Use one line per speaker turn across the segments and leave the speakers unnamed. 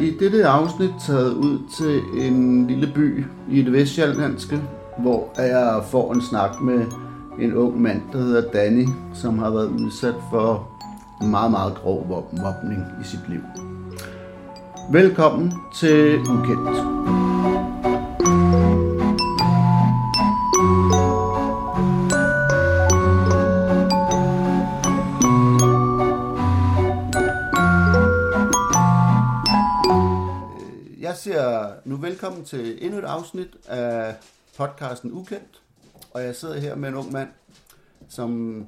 i dette afsnit taget ud til en lille by i det vestjyllandske, hvor jeg får en snak med en ung mand, der hedder Danny, som har været udsat for meget, meget grov mob- mobning i sit liv. Velkommen til Ukendt. Øh, Jeg siger nu velkommen til endnu et afsnit af podcasten Ukendt. Og jeg sidder her med en ung mand, som,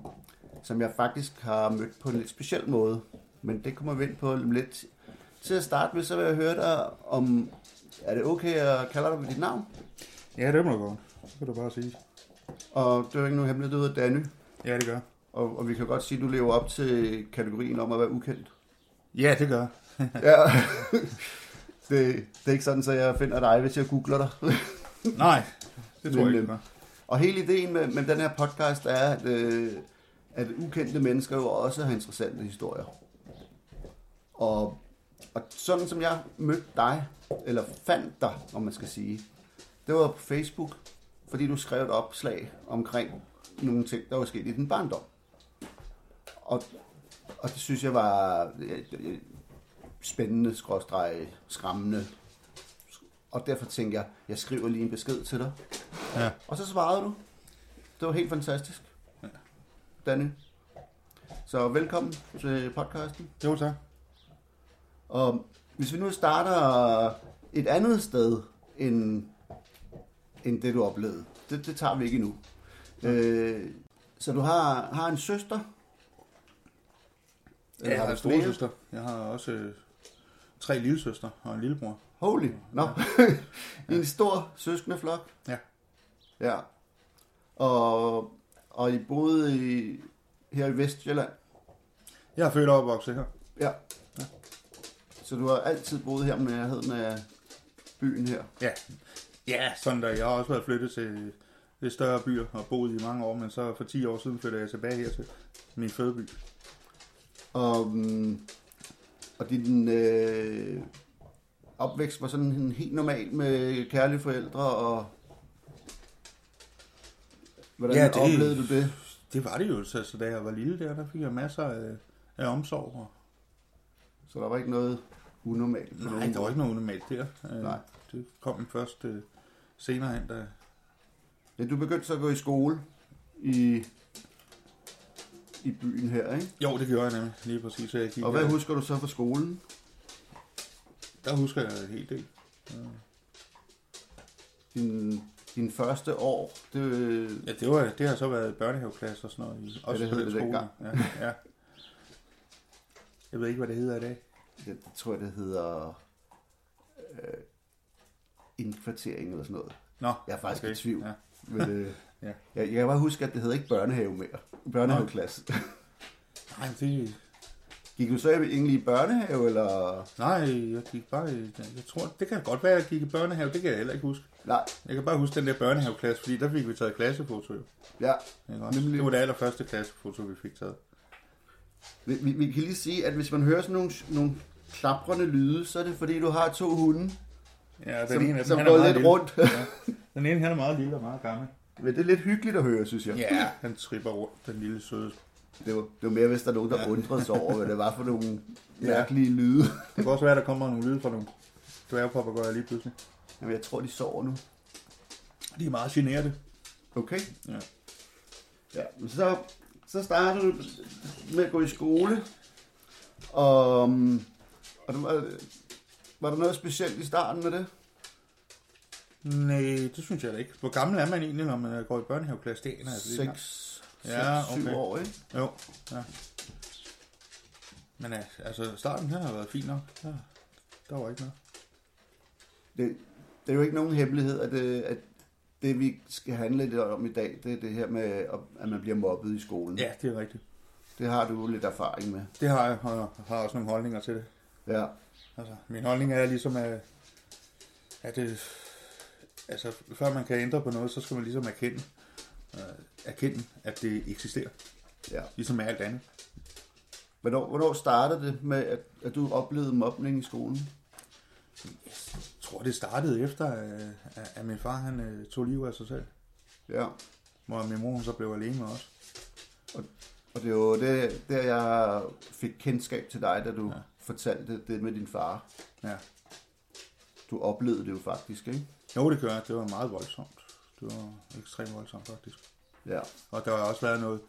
som jeg faktisk har mødt på en lidt speciel måde. Men det kommer vi ind på om lidt. Til at starte med, så vil jeg høre dig om... Er det okay, at kalde dig ved dit navn?
Ja, det må du godt. Det kan du bare sige.
Og det er jo ikke nogen hemmelighed, du hedder Danny.
Ja, det gør.
Og, og vi kan godt sige, at du lever op til kategorien om at være ukendt.
Ja, det gør.
Ja. Det, det er ikke sådan, så jeg finder dig, hvis jeg googler dig.
Nej, det tror jeg
Men,
ikke,
øh,
du gør.
Og hele ideen med, med den her podcast er, at, øh, at ukendte mennesker jo også har interessante historier. Og, og sådan som jeg mødte dig, eller fandt dig, om man skal sige, det var på Facebook, fordi du skrev et opslag omkring nogle ting, der var sket i din barndom. Og, og det synes jeg var øh, øh, spændende, skråstreg, skræmmende. Og derfor tænkte jeg, jeg skriver lige en besked til dig.
Ja.
Og så svarede du. Det var helt fantastisk. Danny. Så velkommen til podcasten.
Jo, tak.
Og hvis vi nu starter et andet sted end, end det, du oplevede. Det, det tager vi ikke endnu. Øh, så du har, har en søster? Eller
Jeg har
du
en
flere?
storesøster. Jeg har også øh, tre lillesøster og en lillebror.
Holy, no. I en stor søskende flok.
Ja.
Ja. Og, og I boede i, her i Vestjylland.
Jeg er født og opvokset her.
Ja. Så du har altid boet her med nærheden af byen her.
Ja. Ja, sådan der. Jeg har også været flyttet til lidt større byer og boet i mange år, men så for 10 år siden flyttede jeg tilbage her til min fødeby.
Og, mm, og din øh, opvækst var sådan en helt normal med kærlige forældre og... Hvordan ja,
Ja,
det...
det-
oplevede du det?
Det var det jo, så, så da jeg var lille der, der fik jeg masser af, af omsorg. Og,
Så der var ikke noget unormalt? på
nej,
nogen
der var ikke noget unormalt der. Øh,
Nej.
Det kom først øh, senere hen, da,
Ja, du begyndte så at gå i skole i, i byen her, ikke?
Jo, det gjorde jeg nemlig, lige præcis. Så jeg gik
Og hvad
der.
husker du så fra skolen?
Der husker jeg en hel del.
Din, din første år, det,
Ja, det, var, det har så været børnehaveklasse og sådan noget. i- Også
det hed det
skolen.
dengang.
Ja, ja. Jeg ved ikke, hvad det hedder i dag.
jeg tror, det hedder øh, indkvartering eller sådan noget.
Nå,
Jeg er faktisk okay. i tvivl. Ja.
Ja.
Men, øh,
Ja.
jeg, jeg kan bare huske, at det hedder ikke børnehave mere. Børnehaveklasse.
Nej, men det,
Gik du så egentlig i børnehave, eller?
nej, jeg gik bare i, jeg tror, det kan godt være, at jeg gik i børnehave, det kan jeg heller ikke huske.
Nej,
Jeg kan bare huske den der børnehaveklasse, fordi der fik vi taget klassefoto. jo.
ja.
Ikke også?
Nemlig.
Det var det allerførste klassefoto, vi fik taget.
Vi, vi, vi kan lige sige, at hvis man hører sådan nogle, nogle klaprende lyde, så er det fordi, du har to hunde,
Ja, den ene, af
som, som
dem, han er
går
meget
lidt
lille.
rundt.
Den ene, han er meget lille og meget gammel.
Men det er lidt hyggeligt at høre, synes jeg.
Ja, han tripper rundt, den lille søde
Det var, det var mere, hvis der er nogen, der ja. undrede sig over, hvad det var for nogle mærkelige lyde.
Det kan også være, at der kommer nogle lyde fra nogle dværgpapagøjer lige pludselig.
Jamen, jeg tror, de sover nu.
De er meget generede.
Okay.
Ja.
Ja, men så, så starter du med at gå i skole. Og, og det var, var der noget specielt i starten med det?
Nej, det synes jeg da ikke. Hvor gammel er man egentlig, når man går i børnehaveklasse? Det aner jeg altså ikke.
6
Ja, okay.
år, ikke?
Jo, ja. Men ja, altså, starten her har været fin nok. Ja, der var ikke noget.
Det, det er jo ikke nogen hemmelighed, at, øh, at det, vi skal handle lidt om i dag, det er det her med, at- at man bliver mobbet i skolen.
Ja, det er rigtigt.
Det har du jo lidt erfaring med.
Det har jeg, og jeg har også nogle holdninger til det.
Ja.
Altså, min holdning er ligesom, at, at det, altså, før man kan ændre på noget, så skal man ligesom erkende, øh, erkende at det eksisterer.
ja.
Ligesom med alt andet.
Hvornår, hvornår startede det med, at, at du oplevede mobning i skolen?
Jeg tror, det startede efter, øh, at- at min far han øh, tog livet af sig selv.
Ja.
Hvor min mor hun så blev alene med os.
Og det er jo det, der, jeg fik kendskab til dig, da du
Ja.
ja. fortalte det med din far.
Ja.
Du oplevede det jo faktisk, ikke?
Jo, det gør jeg. Det var meget voldsomt. Det var ekstremt voldsomt, faktisk.
Ja.
Og der har også været noget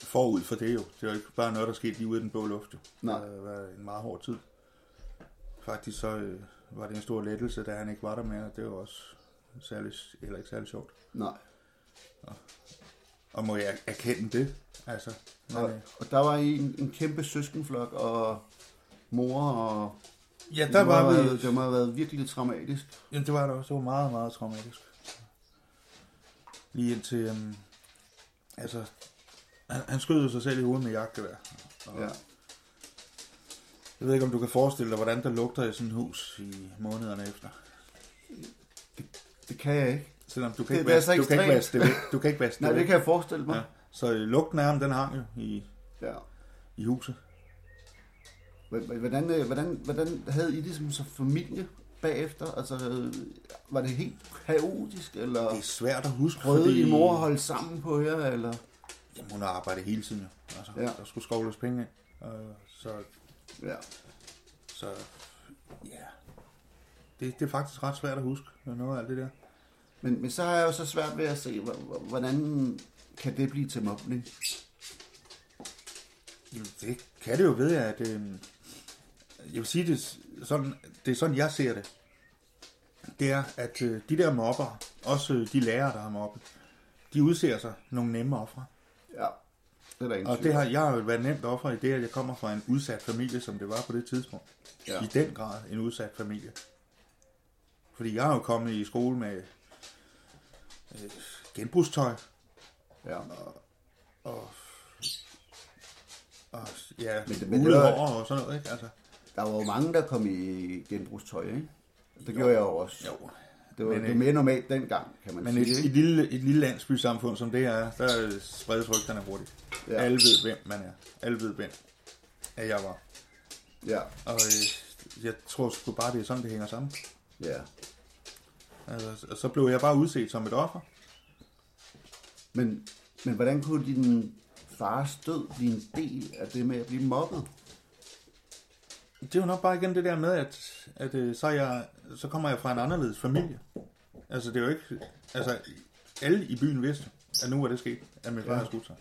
forud for det jo. Det var ikke bare noget, der skete lige ude i den blå luft jo.
Nej.
Det har været en meget hård tid. Faktisk så øh, var det en stor lettelse, da han ikke var der mere. Det var også særlig, eller ikke særlig sjovt.
Nej.
Og må jeg erkende det? Altså,
Og,
nej.
og der var I en, en kæmpe søskenflok, og mor og...
Ja,
det
der
må
var
have
vi...
været- Det må have været virkelig traumatisk.
Jamen, det var det også. Det var meget, meget traumatisk. Lige indtil... Øhm, altså, han, han skød jo sig selv i hovedet med jagtgevær. Og
Ja.
Jeg ved ikke, om du kan forestille dig, hvordan der lugter i sådan et hus i månederne efter.
Det kan jeg ikke.
Selvom du
Det-
kan, ikke,
det er så
vaske, du kan ikke vaske
ekstremt.
det væk. Du kan ikke vaske det,
Nej, det
væk.
kan jeg forestille mig.
Ja. Så øh, lugten af ham, den hang jo i,
Ja. ja.
i huset.
H- h- Hvordan, øh, hvordan, hvordan havde I det som så familie bagefter? Altså, øh, var det helt kaotisk, eller
Det er svært at huske,
prøvede I mor at holde sammen på jer, eller...
Jamen, hun har arbejdet hele tiden jo. Altså, ja.
Ja.
Der skulle skovles penge ind. Øh, så,
Ja.
så ja. Det, det er faktisk ret svært at huske, noget af alt det der.
Men, men så har jeg jo så svært ved at se, h- h- hvordan kan det blive til mobning?
Jamen, det kan det jo ved, at... Øh, jeg vil sige, det er, sådan, det er sådan, jeg ser det. Det er, at øh, de der mobber, også øh, de lærere, der har mobbet, de udser sig nogle nemme ofre.
Ja, det er der ingen
Og det har jeg har jo været nemt offer i det, at jeg kommer fra en udsat familie, som det var på det tidspunkt. Ja.
Ja.
I den grad en udsat familie. Fordi jeg er jo kommet i skole med øh, genbrugstøj,
Ja.
og, og ja,
Men det- men det
ulet
var-
hår og sådan noget, ikke? Altså,
Der var jo mange, der kom i genbrugstøj, ikke? Det gjorde jeg jo også.
jo.
Det var,
Men,
men, det var
øh,
mere normalt dengang, kan man
Men
sige.
et, et,
ikke?
lille, et lille landsbysamfund som det her er, der øh, spredes rygterne hurtigt. Ja.
Ja.
Alle ved, hvem man er. Alle ved, hvem at jeg var.
Ja,
Og øh, jeg tror sgu bare, det er sådan, det hænger sammen.
ja.
Altså, og så blev jeg bare udset som et offer.
Men, men hvordan kunne din fars død blive en del af det med at blive mobbet?
Det er jo nok bare igen det der med, at, at øh, så, er jeg, så kommer jeg fra en anderledes familie. Altså, det er jo ikke... Altså, alle i byen vidste, at nu var det sket, at min far
Ja.
havde skudt sig.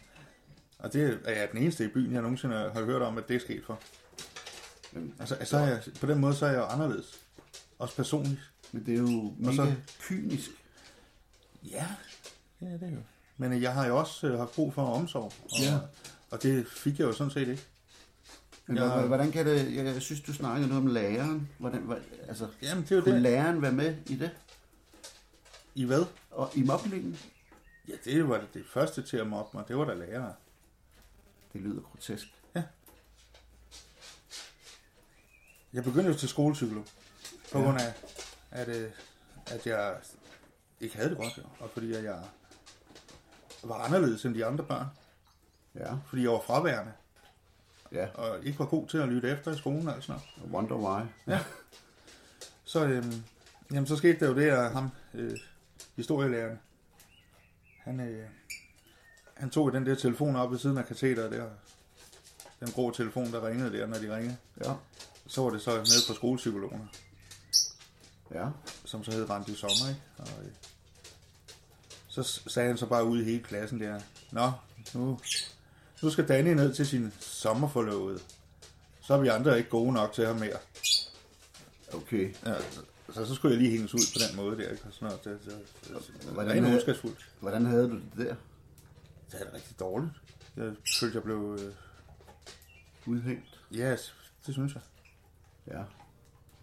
Og det er jeg den eneste i byen, jeg nogensinde har hørt om, at det er sket for.
Men,
Altså, så er jeg, på den måde, så er jeg jo anderledes. Også personligt.
men det er jo mega
så-
så... kynisk.
Ja, ja det er jo. Men øh, jeg har jo også øh, haft brug for omsorg. Og,
Ja.
og det fik jeg jo sådan set ikke.
Men
Ja.
ja. hvordan kan det... Jeg, jeg synes, du snakkede noget om læreren. Hvordan, hvad, altså,
Jamen, det er jo
kunne
det.
læreren være med i det?
I hvad?
Og i mobningen?
Ja, det var det, det første til at mobbe mig. Det var da lærere.
Det lyder grotesk.
Jeg begyndte jo til skolepsykolog. På grund af, at, øh, at jeg ikke havde det godt. jo. Og fordi at jeg var anderledes end de andre børn.
Ja,
Fordi jeg var fraværende.
ja.
Og ikke var god til at lytte efter i skolen og sådan noget.
I wonder why.
Så, øhm, jamen, så skete der jo det, at ham, øh, historielæreren, han, øh, han tog den der telefon op ved siden af katheteret der. Den grå telefon, der ringede der, når de ringede.
Ja,
Så var det så nede fra skolepsykologerne,
ja.
som så hed Randi Sommer, ikke? Og, øh, så s- sagde han så bare ude i hele klassen der, Nå, nu, nu skal Danny ned til sin sommerforlovede. Så er vi andre ikke gode nok til ham mere.
Okay.
Ja, så, så skulle jeg lige hænges ud på den måde der, ikke? Og sådan noget. Det, det, det, det,
Hvordan-
rent ondskabsfuldt.
Hvordan havde du det der?
øh, Det er da rigtig dårligt. Jeg følte, jeg blev... Øh,
Udhængt?
ja, yes, det synes jeg.
Ja.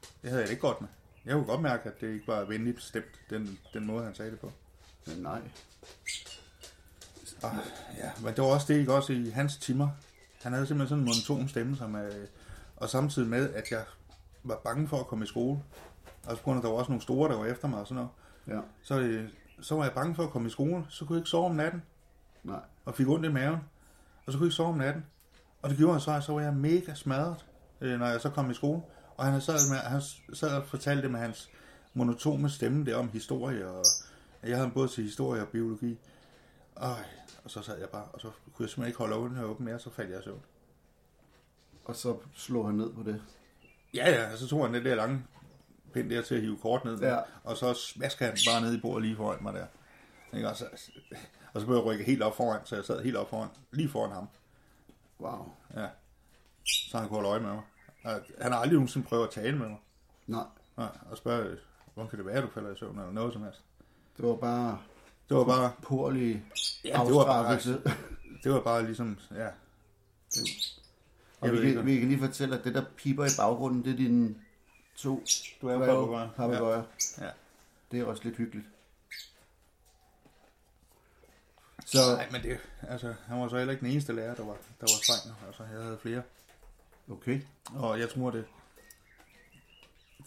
Det havde jeg det ikke godt med. Jeg kunne godt mærke, at det ikke var venligt stemt, den, den måde, han sagde det på.
Men nej.
Og, Ah, ja, men det var også det, ikke også i hans timer. Han havde simpelthen sådan en monoton stemme, som, øh, og samtidig med, at jeg var bange for at komme i skole. Og så på grund af, at der var også nogle store, der var efter mig og sådan noget.
Ja,
Så, øh, så var jeg bange for at komme i skole, så kunne jeg ikke sove om natten.
nej.
og fik ondt i maven, og så kunne jeg ikke sove om natten. Og det gjorde jeg så, at så var jeg mega smadret, øh, når jeg så kom i skole. Og han sad, med, han sad og fortalte det med hans monotone stemme der om historie, og jeg havde ham både til historie og biologi. Øj, og så sad jeg bare, og så kunne jeg simpelthen ikke holde øjnene åbne mere, og så faldt jeg i søvn.
Og så slog han ned på det.
Ja, ja, og så tog han den der lange pind der til at hive kort ned, med,
Ja.
og så smasker han den bare ned i bordet lige foran mig der. Ikke? Og, så, og så blev jeg rykket helt op foran, så jeg sad helt op foran, lige foran ham.
Wow.
Ja. Så han kunne holde øje med mig. Og han har aldrig nogensinde prøvet at tale med mig.
Nej,
Nej, og spørge, øh, hvordan kan det være, at du falder i søvn, eller noget som helst.
det var bare
Det var bare,
porlig
Ja,
ja,
det var bare-
afstraffelse. Det
det var bare ligesom, ja,
og
Jeg
vi
ved ikke,
kan, vi kan lige fortælle, at det der piper i baggrunden, det er dine to
Du er jo
dværge-
papegøjer.
papegøjer.
ja.
Det er også lidt hyggeligt. Så
Nej, men det, altså, han var så heller ikke den eneste lærer, der var, der var streng. Altså, jeg havde flere.
okay,
Og jeg tror, det,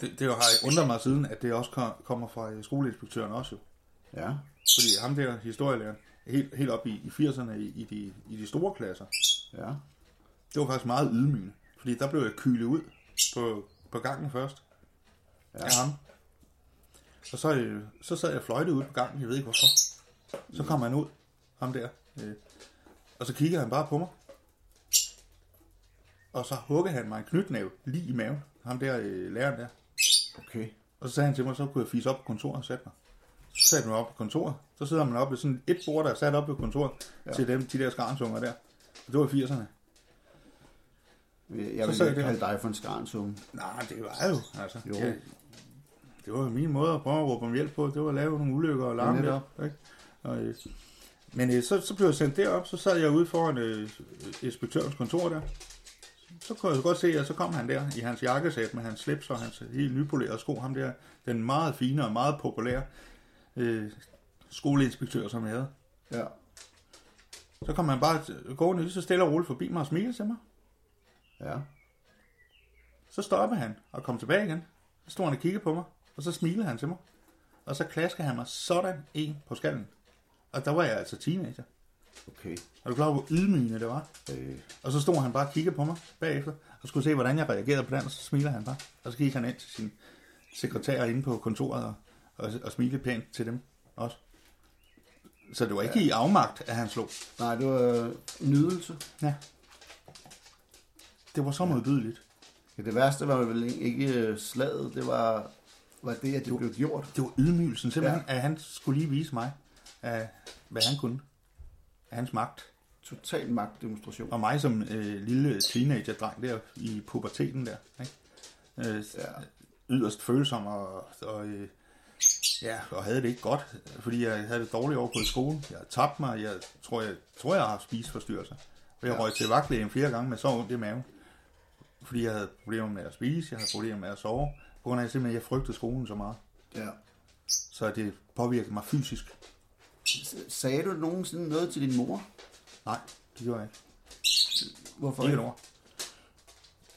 det, det har undret mig siden, at det også kom, kommer fra øh, skoleinspektøren også. Jo.
ja.
Fordi ham der, historielæreren, helt, helt op i, i 80'erne i, i, de, i de store klasser,
Ja,
det var faktisk meget ydmygende. Fordi der blev jeg kylet ud på, på gangen først ja. af ham. Og så, øh, så sad jeg fløjte ude på gangen, jeg ved ikke hvorfor. Så kom han ud, ham der. Øh, og så kiggede han bare på mig. Og så huggede han mig en knytnæve lige i maven, ham der øh, læreren der.
okay.
Og så sagde han til mig, så kunne jeg fise op på kontoret og sætte mig. Så satte jeg mig op på kontoret. Så sidder man oppe ved sådan et bord, der er sat op på kontoret ja. til dem, de der skarnsunger der. Og det var i 80'erne.
Jeg
Så
Øh, vil
sagde
ikke
det.
kalde dig for en skarnsumme.
Nej, det var jo, altså.
Jo.
Ja, det var jo min måde at prøve at råbe om hjælp på. Det var at lave nogle ulykker og larme
Netop.
lidt. Ikke? Og, øh, men øh, så, så blev jeg sendt derop, så sad jeg ude foran øh, inspektørens kontor der. Så kunne jeg så godt se, at så kom han der i hans jakkesæt med hans slips og hans helt nypolerede sko. Ham der, den meget fine og meget populære øh, skoleinspektør, som jeg havde.
Ja.
Så kom han bare t- gående lige så stille og roligt forbi mig og smilte til mig.
Ja.
Så stoppede han og kom tilbage igen. Så stod han og kiggede på mig, og så smilede han til mig. Og så klaskede han mig sådan en på skallen. Og der var jeg altså teenager.
Okay.
Er du klar over, hvor ydmygende det var?
Øh,
Og så stod han bare og kiggede på mig bagefter, og skulle se, hvordan jeg reagerede på den, og så smiler han bare. Og så gik han ind til sin sekretær inde på kontoret og, og, og smilede pænt til dem også. Så det var ikke ja. i afmagt, at han slog.
nej, det var øh, nydelse.
Ja. Det var så modbydeligt.
Ja, det værste var vel ikke øh, slaget, det var, var det, at det blev gjort.
Det var ydmygelsen simpelthen, ja. at han skulle lige vise mig, at, hvad han kunne. Af hans magt.
Total magtdemonstration.
Og mig som øh, lille teenagerdreng der i puberteten der. Ikke? Øh, ja.
Ja.
Yderst følsom og, og, øh, ja, og havde det ikke godt, fordi jeg havde det dårligt over på i skolen. Jeg tabte mig, jeg tror, jeg, tror, jeg har haft spiseforstyrrelser. Og jeg ja. røg til vagtlægen flere gange med så ondt i maven. Fordi jeg havde problemer med at spise, jeg havde problemer med at sove. På grund af, at jeg simpelthen jeg frygtede skolen så meget.
ja.
Så det påvirkede mig fysisk.
S- Sagde du nogensinde noget til din mor?
Nej, det gjorde jeg ikke.
Hvorfor
Ikke
ikke?
et ord.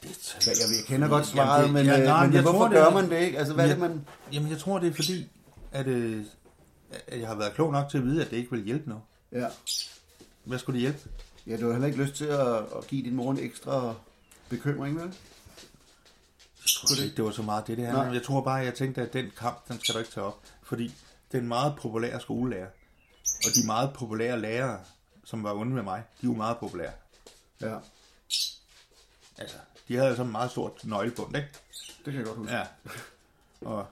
Det
Ja, jeg, jeg kender godt svaret,
Jamen,
men,
det- ja,
øh,
nej,
men
jeg
hvorfor
tror, det
gør
er-
man det ikke? Altså, hvad er det,
Ja.
man...
Jamen, jeg tror, det er fordi, at, øh, at jeg har været klog nok til at vide, at det ikke vil hjælpe noget.
Ja.
Hvad skulle det hjælpe?
ja, du har heller ikke lyst til at, at give din mor en ekstra bekymring, vel?
Jeg tror ikke, det var så meget det, det her.
Nej.
Jeg tror bare, at jeg tænkte, at den kamp, den skal du ikke tage op. Fordi den meget populære skolelærer, og de meget populære lærere, som var onde med mig, de var meget populære.
Ja,
Altså, de havde altså en meget stort nøglebund, ikke?
det kan jeg godt huske.
Ja. Og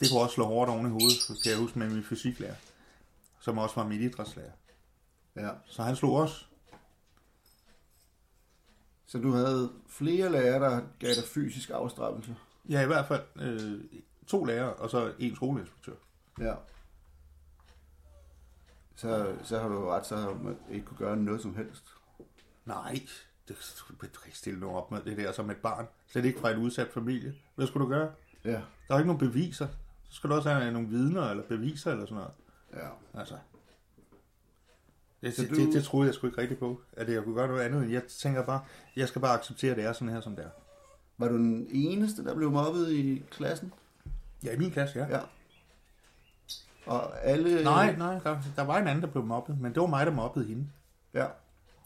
det kunne også slå hårdt oven i hovedet, kan jeg huske med min fysiklærer, som også var min idrætslærer.
ja.
Så han slog også.
Så du havde flere lærere, der gav dig fysisk afstraffelse?
Ja, i hvert fald øh, to lærere, og så en skoleinspektør.
Ja. Så, så har du jo ret, så har man ikke kunne gøre noget som helst.
Nej, det, du kan ikke stille noget op med det der som et barn. Slet ikke fra en udsat familie. Hvad skulle du gøre?
Ja.
Der er ikke nogen beviser. Så skal du også have nogle vidner eller beviser eller sådan noget.
Ja.
Altså. Det,
Så
det,
du-
det, det troede jeg sgu ikke rigtigt på, at jeg kunne gøre noget andet. Jeg tænker bare, jeg skal bare acceptere, at det er sådan her, som det er.
Var du den eneste, der blev mobbet i klassen?
Ja, i min klasse, ja.
Ja. Og alle...
Nej, nej, der, der var en anden, der blev mobbet, men det var mig, der mobbede hende.
Ja.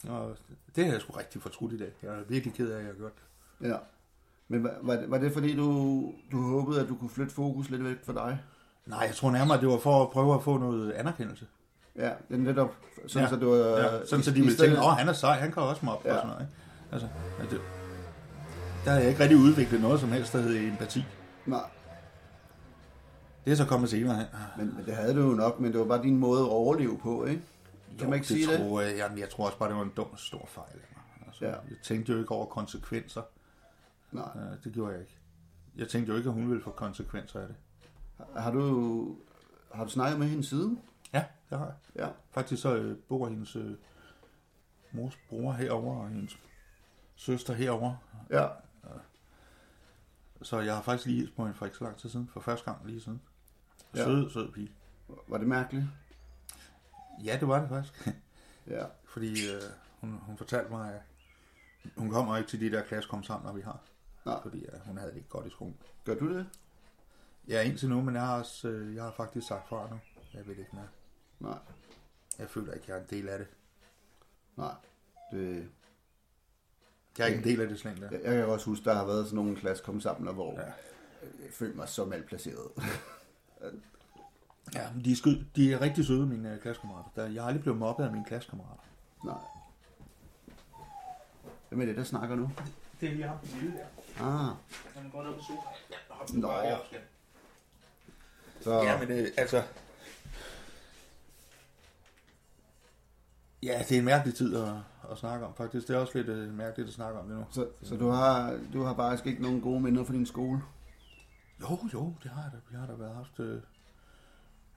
Og det har jeg sgu rigtig fortrudt i dag. Jeg er virkelig ked af, at jeg har gjort det.
Ja. Men var, var, det, var det fordi, du, du håbede, at du kunne flytte fokus lidt væk fra dig?
Nej, jeg tror nærmere, det var for at prøve at få noget anerkendelse.
Ja, det er netop sådan,
Ja.
så du... Øh,
ja, sådan så de
i
ville
stedet-
tænke, åh, han er sej, han kan også mobbe ja.
Ja.
og sådan noget. Ikke? Altså, at det, der har jeg ikke rigtig udviklet noget som helst, der hedder empati.
Nej,
Det er så kommet senere hen. Ah,
men, men det havde du jo nok, men det var bare din måde at overleve på, ikke? Kan man ikke
det
sige det?
tror, Jeg, jamen, jeg tror også bare, det var en dum stor fejl af mig. Altså, ja.
Ja.
Jeg tænkte jo ikke over konsekvenser.
Nej.
Øh, det gjorde jeg ikke. Jeg tænkte jo ikke, at hun ville få konsekvenser af det.
Har du, har du snakket med hende siden?
Ja, det har jeg.
Ja.
Faktisk så øh, bor hendes øh, mors bror herover og hendes søster herover.
Ja.
Så jeg har faktisk lige hilst på hende for ikke så lang tid siden. For første gang lige siden.
Ja.
Sød, sød pige.
Var det mærkeligt?
Ja, det var det faktisk.
Ja.
Fordi øh, hun, hun fortalte mig, at hun kommer ikke til de der klassekomsamler, vi har.
Nej.
Fordi øh, hun havde det ikke godt i skolen.
Gør du det?
Ja, indtil nu, men jeg har, også, øh, jeg har faktisk sagt fra nu. Jeg vil ikke mere.
Nej.
Jeg føler ikke, jeg er en del af det.
Nej. Det,
Jeg er ikke en del af det slæng der.
jeg, jeg kan også huske, der har været sådan nogle klassekomsamler, hvor
Ja.
ja. jeg følte mig så malplaceret.
Ja, men de er, skød, de er rigtig søde, mine øh, klassekammerater. Der- Jeg har aldrig blevet mobbet af mine klassekammerater.
Nej. Hvem er det, der snakker nu?
Det er lige ham, den lille der.
Ah,
Han er godt oppe i sofaen.
Nå. så...
Ja, men øh, altså... Ja, det er en mærkelig tid at, at snakke om, faktisk. Det er også lidt øh, mærkeligt at snakke om det nu.
Så, så du, har, du har faktisk ikke nogen gode minder fra din skole?
Jo, jo, det har jeg da. Jeg har da været haft... Øh,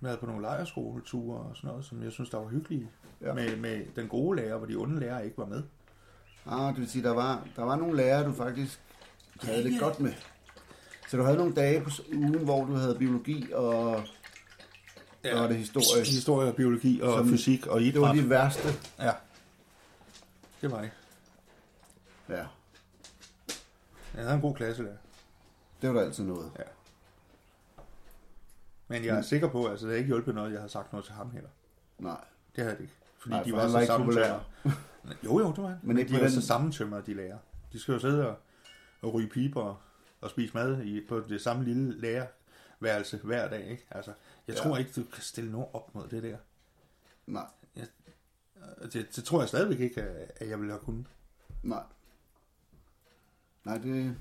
været på nogle lejerskoleture og sådan noget, som jeg synes, der var hyggelige. Ja.
Ja.
Med, med den gode lærer, hvor de onde lærere ikke var med.
Ah, det vil sige, der var, der var nogle lærere, du faktisk havde det
Ja.
godt med. Så du havde nogle dage på s- ugen, hvor du havde biologi og, ja. og det historie.
Historie og biologi og
Som-
fysik og
Det var
idræt.
de værste.
Ja. Det var det.
Ja,
Jeg havde en god klasse der.
det var der altid noget.
Ja. Men jeg er sikker på, at altså, det har ikke hjulpet noget, jeg har sagt noget til ham heller.
Nej.
Det havde det ikke. Fordi
Nej,
de
for
var,
han
så
var
var
ikke
sammentømrede. jo, jo, det var han. Men,
Men
Men
ikke
de
på
var
den-
så sammentømrede, de lærer. De skal jo sidde og, og ryge piber og, og spise mad i, på det samme lille lærerværelse hver dag. Ikke? Altså, jeg
Ja.
tror ikke, du kan stille noget op mod det der.
Nej,
Og Det, det tror jeg stadigvæk ikke, at at jeg ville have kunnet.
nej. Nej, det,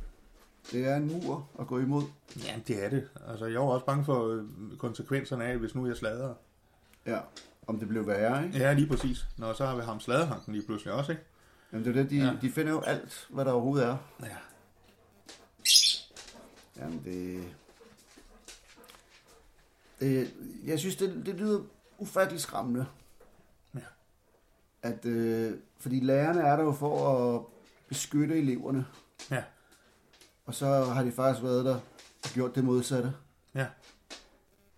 det er en mur at gå imod.
Jamen, det er det. Altså, jeg var også bange for øh, konsekvenserne af, hvis nu jeg sladrer.
Ja, om det blev værre, ikke?
Ja, lige præcis. Nå, så har vi ham sladerhanken lige pludselig også, ikke?
Jamen, det er det, de,
Ja.
ja. de finder jo alt, hvad der overhovedet er.
Ja.
Jamen, det... det jeg synes, det, det lyder ufattelig skræmmende.
Ja.
At, øh, fordi lærerne er der jo for at beskytte eleverne,
Ja,
og så har de faktisk været der og gjort det modsatte.
ja.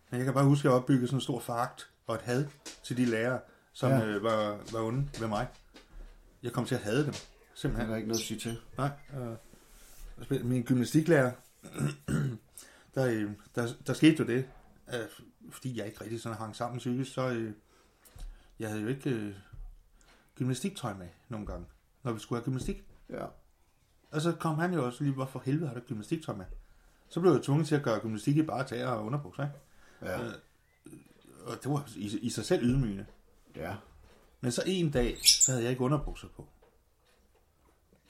Men jeg kan bare huske, at jeg opbyggede sådan en stor foragt og et had til de lærere, som ja.
Ja.
øh, var, var onde ved mig. Jeg kom til at hade dem,
Det er
simpelthen.
der ikke noget at sige til.
Nej. Øh, og spil- min gymnastiklærer, der, øh, der, der skete jo det, øh, fordi jeg ikke rigtig sådan hang sammen psykisk, så øh, jeg havde jo ikke øh, gymnastiktøj med nogle gange, når vi skulle have gymnastik.
Ja.
Og så kom han jo også lige, hvorfor helvede har du ikke gymnastiktøj med? Så blev jeg tvunget til at gøre gymnastik i bare tæer og underbukser, ikke?
Ja.
Øh, Og det var i, i sig selv ydmygende.
ja.
Men så en dag, så havde jeg ikke underbukser på.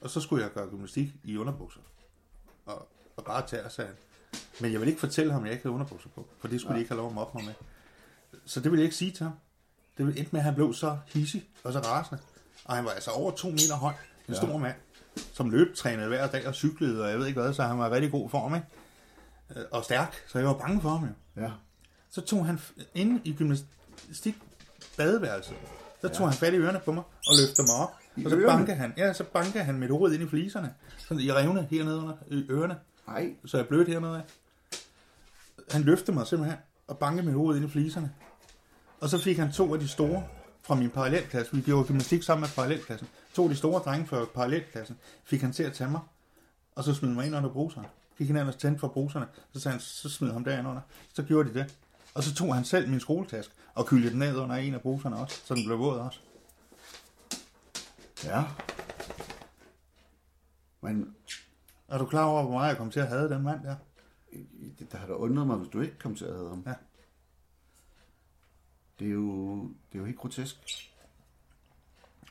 Og så skulle jeg gøre gymnastik i underbukser. Og, og bare tage sagde han. Men jeg ville ikke fortælle ham, at jeg ikke havde underbukser på. For det skulle de ikke have lov at mobbe mig med. Så det ville jeg ikke sige til ham. Det ville endte med, at han blev så hissig og så rasende. Og han var altså over to meter høj. En stor mand. Som løbetrænede hver dag og cyklede og jeg ved ikke hvad. Så han var i rigtig god form, ikke? Øh, Og stærk. Så jeg var bange for ham jo.
Ja.
Så tog han f- inde i gymnastik badeværelset. Så tog ja. han fat i ørerne på mig og løftede mig op.
I
og så
ørerne?
bankede han. Ja, så bankede han mit hoved ind i fliserne. Sådan i revne hernede under i ørerne.
Ej.
Så jeg blødt hernede af. Han løftede mig simpelthen og bankede mit hoved ind i fliserne. Og så fik han to af de store fra min parallelklasse. Vi gjorde gymnastik sammen med parallelklassen. To af de store drenge fra parallelklassen fik han til at tage mig. Og så smed mig ind under bruseren. Fik hinanden og tændte for bruserne. Så, sagde han, så smed ham derind under. Så gjorde de det. Og så tog han selv min skoletaske og kyldte den ned under en af bruserne også. Så den blev våd også.
Ja. Men
Er du klar over, hvor meget jeg kom til at have den mand der?
Det, der har da undret mig, hvis du ikke kom til at have ham.
Ja.
Det er jo, det er jo helt grotesk.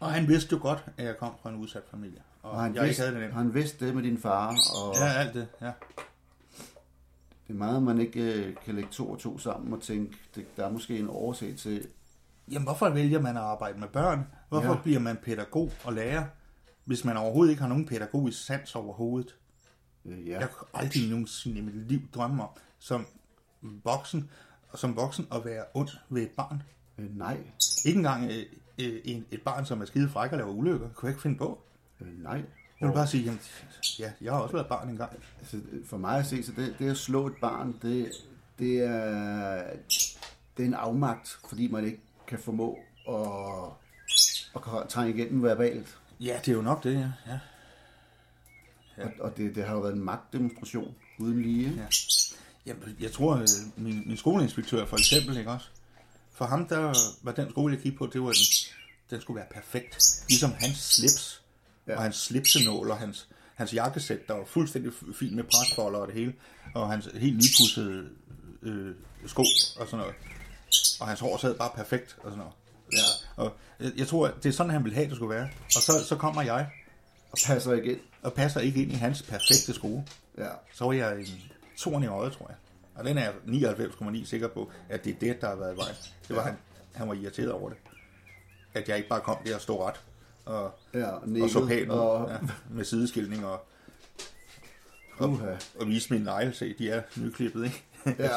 Og han vidste jo godt, at jeg kom fra en udsat familie. Og,
Og han,
jeg ikke
vidste,
havde det nemt.
han vidste det med din far, og
Ja,
ja.
alt det, ja.
det er meget, man ikke øh, kan lægge to og to sammen og tænke, det, der er måske en overset til,
Jamen, hvorfor vælger man at arbejde med børn? Hvorfor
Ja.
ja. bliver man pædagog og lærer, hvis man overhovedet ikke har nogen pædagogisk sans overhovedet?
øh, ja,
Jeg kunne aldrig nogensinde i mit liv drømme om, som voksen, som voksen at være ond ved et barn.
øh, nej,
Ikke engang øh, øh, en, et barn, som er skide fræk og laver ulykker, kunne jeg ikke finde på.
øh, nej.
Jeg vil bare sige, jamen, ja, jeg har også været barn engang.
Altså, øh, for mig at se, så det, det at slå et barn, det, det, er, det er en afmagt, fordi man ikke kan formå at, at kan trænge igennem verbalt.
Ja, det er jo nok det, ja. ja.
Ja. Og, og det, det har jo været en magtdemonstration uden lige. Ja.
Ja. Jamen, jeg tror, øh, min, min skoleinspektør for eksempel, ikke også? For ham, der var den skole, jeg kiggede på, det var den, den skulle være perfekt. Ligesom hans slips,
Ja.
ja. og hans slipsenål, og hans, hans jakkesæt, der var fuldstændig f- fint med presfolder og det hele, og hans helt nypudsede øh, sko og sådan noget. Og hans hår sad bare perfekt og sådan noget. Ja. Og jeg, jeg tror, det er sådan, han ville have, det skulle være. Og så, så kommer jeg
Og passer igen.
og passer ikke ind i hans perfekte skole
Ja.
så var jeg en torn i øjet, tror jeg. Og den er jeg 99,9 sikker på, at det er det, der har været i vejen. Det var han. Han var irriteret over det. At jeg ikke bare kom der og stod ret. Og,
Ja,
og så pænt ud.
og,
Ja, med sideskilning og,
Uha.
og vise mine negle. Se, de er nyklippet, ikke?
ja.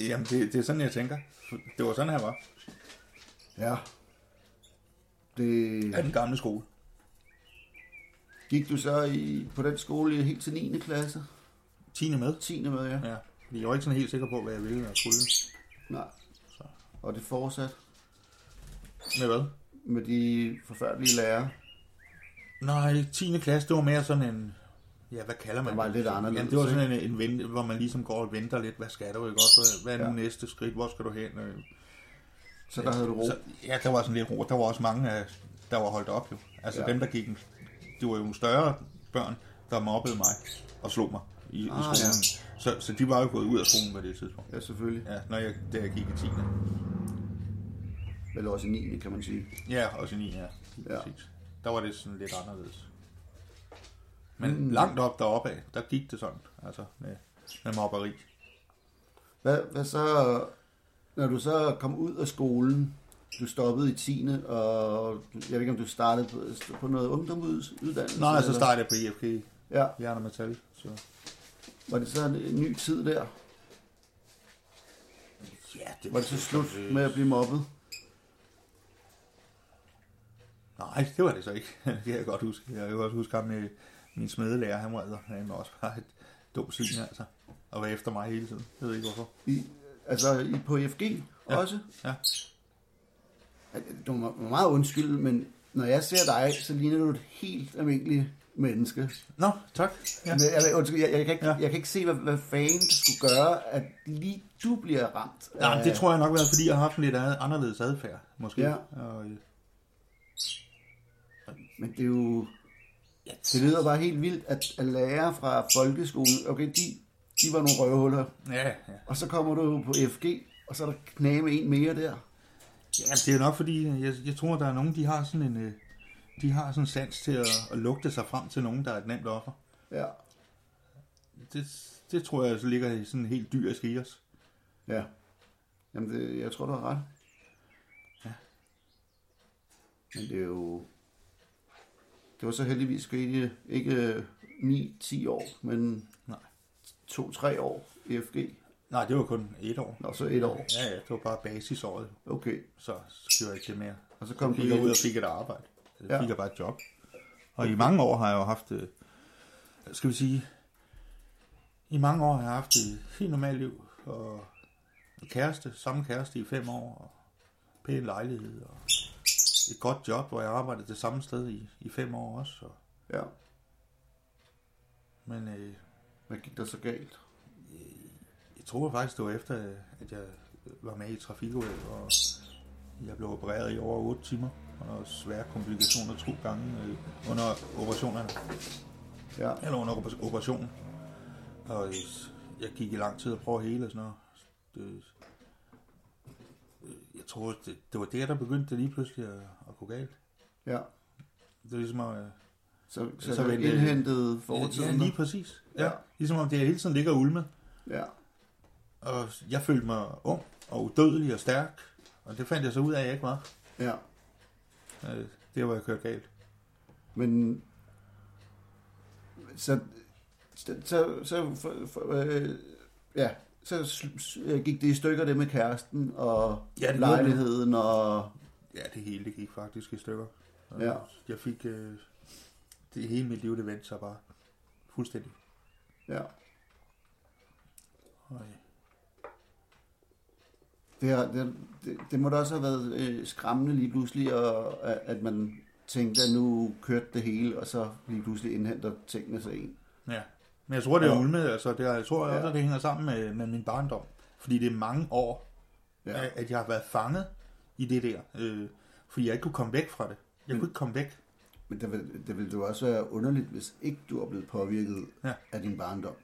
Jamen, det, det er sådan, jeg tænker. Det var sådan, han var.
ja. Det,
Af den gamle skole.
gik du så i, på den skole helt til 9. klasse?
Tine med.
10. med, ja.
Ja, fordi jeg var ikke sådan helt sikker på, hvad jeg ville og skulle.
Nej. Og det fortsat
Med hvad?
med de forfærdelige lærere.
Nej, 10. klasse, det var mere sådan en... Ja, hvad kalder man
Det var lidt anderledes,
Jamen, det var sådan en, en vent, hvor man ligesom går og venter lidt. Hvad skal du, ikke også? Hvad er nu næste skridt? Hvor skal du hen? Øh,
Så der havde du ro.
Så, ja, der var sådan lidt ro. Der var også mange, af- der var holdt op jo. Altså
Ja.
ja. dem, der gik... en- Det var jo nogle større børn, der mobbede mig og slog mig i,
Ah,
ah, i skolen. Ja. Så, så de var jo gået ud af skolen på det tidspunkt.
Ja, selvfølgelig.
Ja, når jeg, da jeg gik i 10.
Eller også i 9. kan man sige.
Ja, også i 9. Ja.
Ja.
ja. Præcis. Der var det sådan lidt anderledes. Men mm. langt op deroppe af, der gik det sådan, altså med, med mobberi.
Hvad, hvad så, når du så kom ud af skolen, du stoppede i 10. og du- jeg ved ikke, om du startede på, på noget ungdomsuddannelse?
Nej, altså så
eller-
startede jeg på IFG,
Ja,
Jern og Metal. Så.
var det så en, en ny tid der?
Ja, det
Var det så slut
Øh,
med at blive mobbet?
Nej, det var det så ikke. det kan jeg godt huske. Jeg kan godt huske ham med min smedelærer, han var altså, han var også bare et dumt syn, altså. Og var efter mig hele tiden. Jeg ved ikke hvorfor.
I, altså i, på EFG ja.
Ja.
også?
Ja.
Du må må meget undskylde, men når jeg ser dig, så ligner du et helt almindeligt menneske.
Nå, tak. Ja.
Men Jeg, undskyld, jeg, jeg, kan ikke,
Ja.
jeg kan ikke se, hvad, hvad fanden der skulle gøre, at lige du bliver ramt.
Nej, men det
af-
tror jeg nok var, fordi jeg har haft en lidt ad- anderledes adfærd, måske.
Ja.
Og, øh,
Men det er jo... Det lyder bare helt vildt, at, at lærere fra folkeskolen, okay, de, de var nogle røvhuller,
ja, ja.
og så kommer du på FG, og så er der knæme en mere der.
Ja, det er jo nok fordi, jeg, jeg tror, der er nogen, de har sådan en... øh, De har sådan en sans til at, at lugte sig frem til nogen, der er et nemt offer.
Ja,
Det, det tror jeg så ligger i sådan en helt dyrisk i os.
ja. Jamen, det, jeg tror, du har ret. Ja. Men det er jo... Det var så heldigvis ikke, ikke 9-10 år, men
Nej.
2-3 år i FG.
Nej, det var kun et år.
Nå, så et år.
Ja, ja, det var bare basisåret.
Okay.
Så skrev jeg ikke det mere.
Og så kom du
Gik jeg ud
ind.
og fik et arbejde. Så
Ja.
fik jeg bare et job. Og i mange år har jeg jo haft... øh, Skal vi sige... I mange år har jeg haft et helt normalt liv. Og kæreste, samme kæreste i fem år. Og pæn lejlighed. Og et godt job, hvor jeg arbejdede det samme sted i, i fem år også. Og,
Ja.
men øh,
Hvad gik der så galt?
jeg tror faktisk, det var efter, øh, at jeg var med i trafikuheld, og jeg blev opereret i over 8 timer under svære komplikationer to gange øh, under operationerne.
Ja.
Eller under oper- operation. Og øh, jeg gik i lang tid og prøvede at hele og sådan noget. Det, øh, jeg tror, det, det var der, der begyndte det lige pludselig at, at gå galt.
ja.
Det er ligesom at... Øh,
Så, så,
Så
så
vil det-
indhentet
ja,
fortiden.
lige præcis. Ja.
Ja.
ja. Ligesom om det hele tiden ligger og ulmer.
Ja.
Og jeg følte mig ung og udødelig og stærk. Og det fandt jeg så ud af, at jeg ikke var.
ja.
Øh, Det var jeg kørt galt.
Men så så så, så for, for, øh, ja, så sl- s- øh, gik det i stykker det med kæresten og
Ja, det gjorde det.
lejligheden og
Ja, det hele det gik faktisk i stykker. Og
Ja.
Jeg fik... Øh, det hele mit liv, det vendte sig bare fuldstændig.
ja,
Og, øh,
det, har, det, har- det, det må da også have været øh, skræmmende lige pludselig og at- at man tænkte at nu kørte det hele og så lige pludselig indhenter tingene sig en.
Ja, men jeg tror, det er
Ja.
ulmet. Altså, det er, jeg tror
Ja.
også, at det hænger sammen med, med min barndom. Fordi det er mange år,
Ja.
ja. at jeg har været fanget i det der. Øh, fordi jeg ikke kunne komme væk fra det. Jeg kunne ikke komme væk.
Men det, vil- det ville jo også være underligt, hvis ikke du var blevet påvirket ja.
Ja.
af din barndom.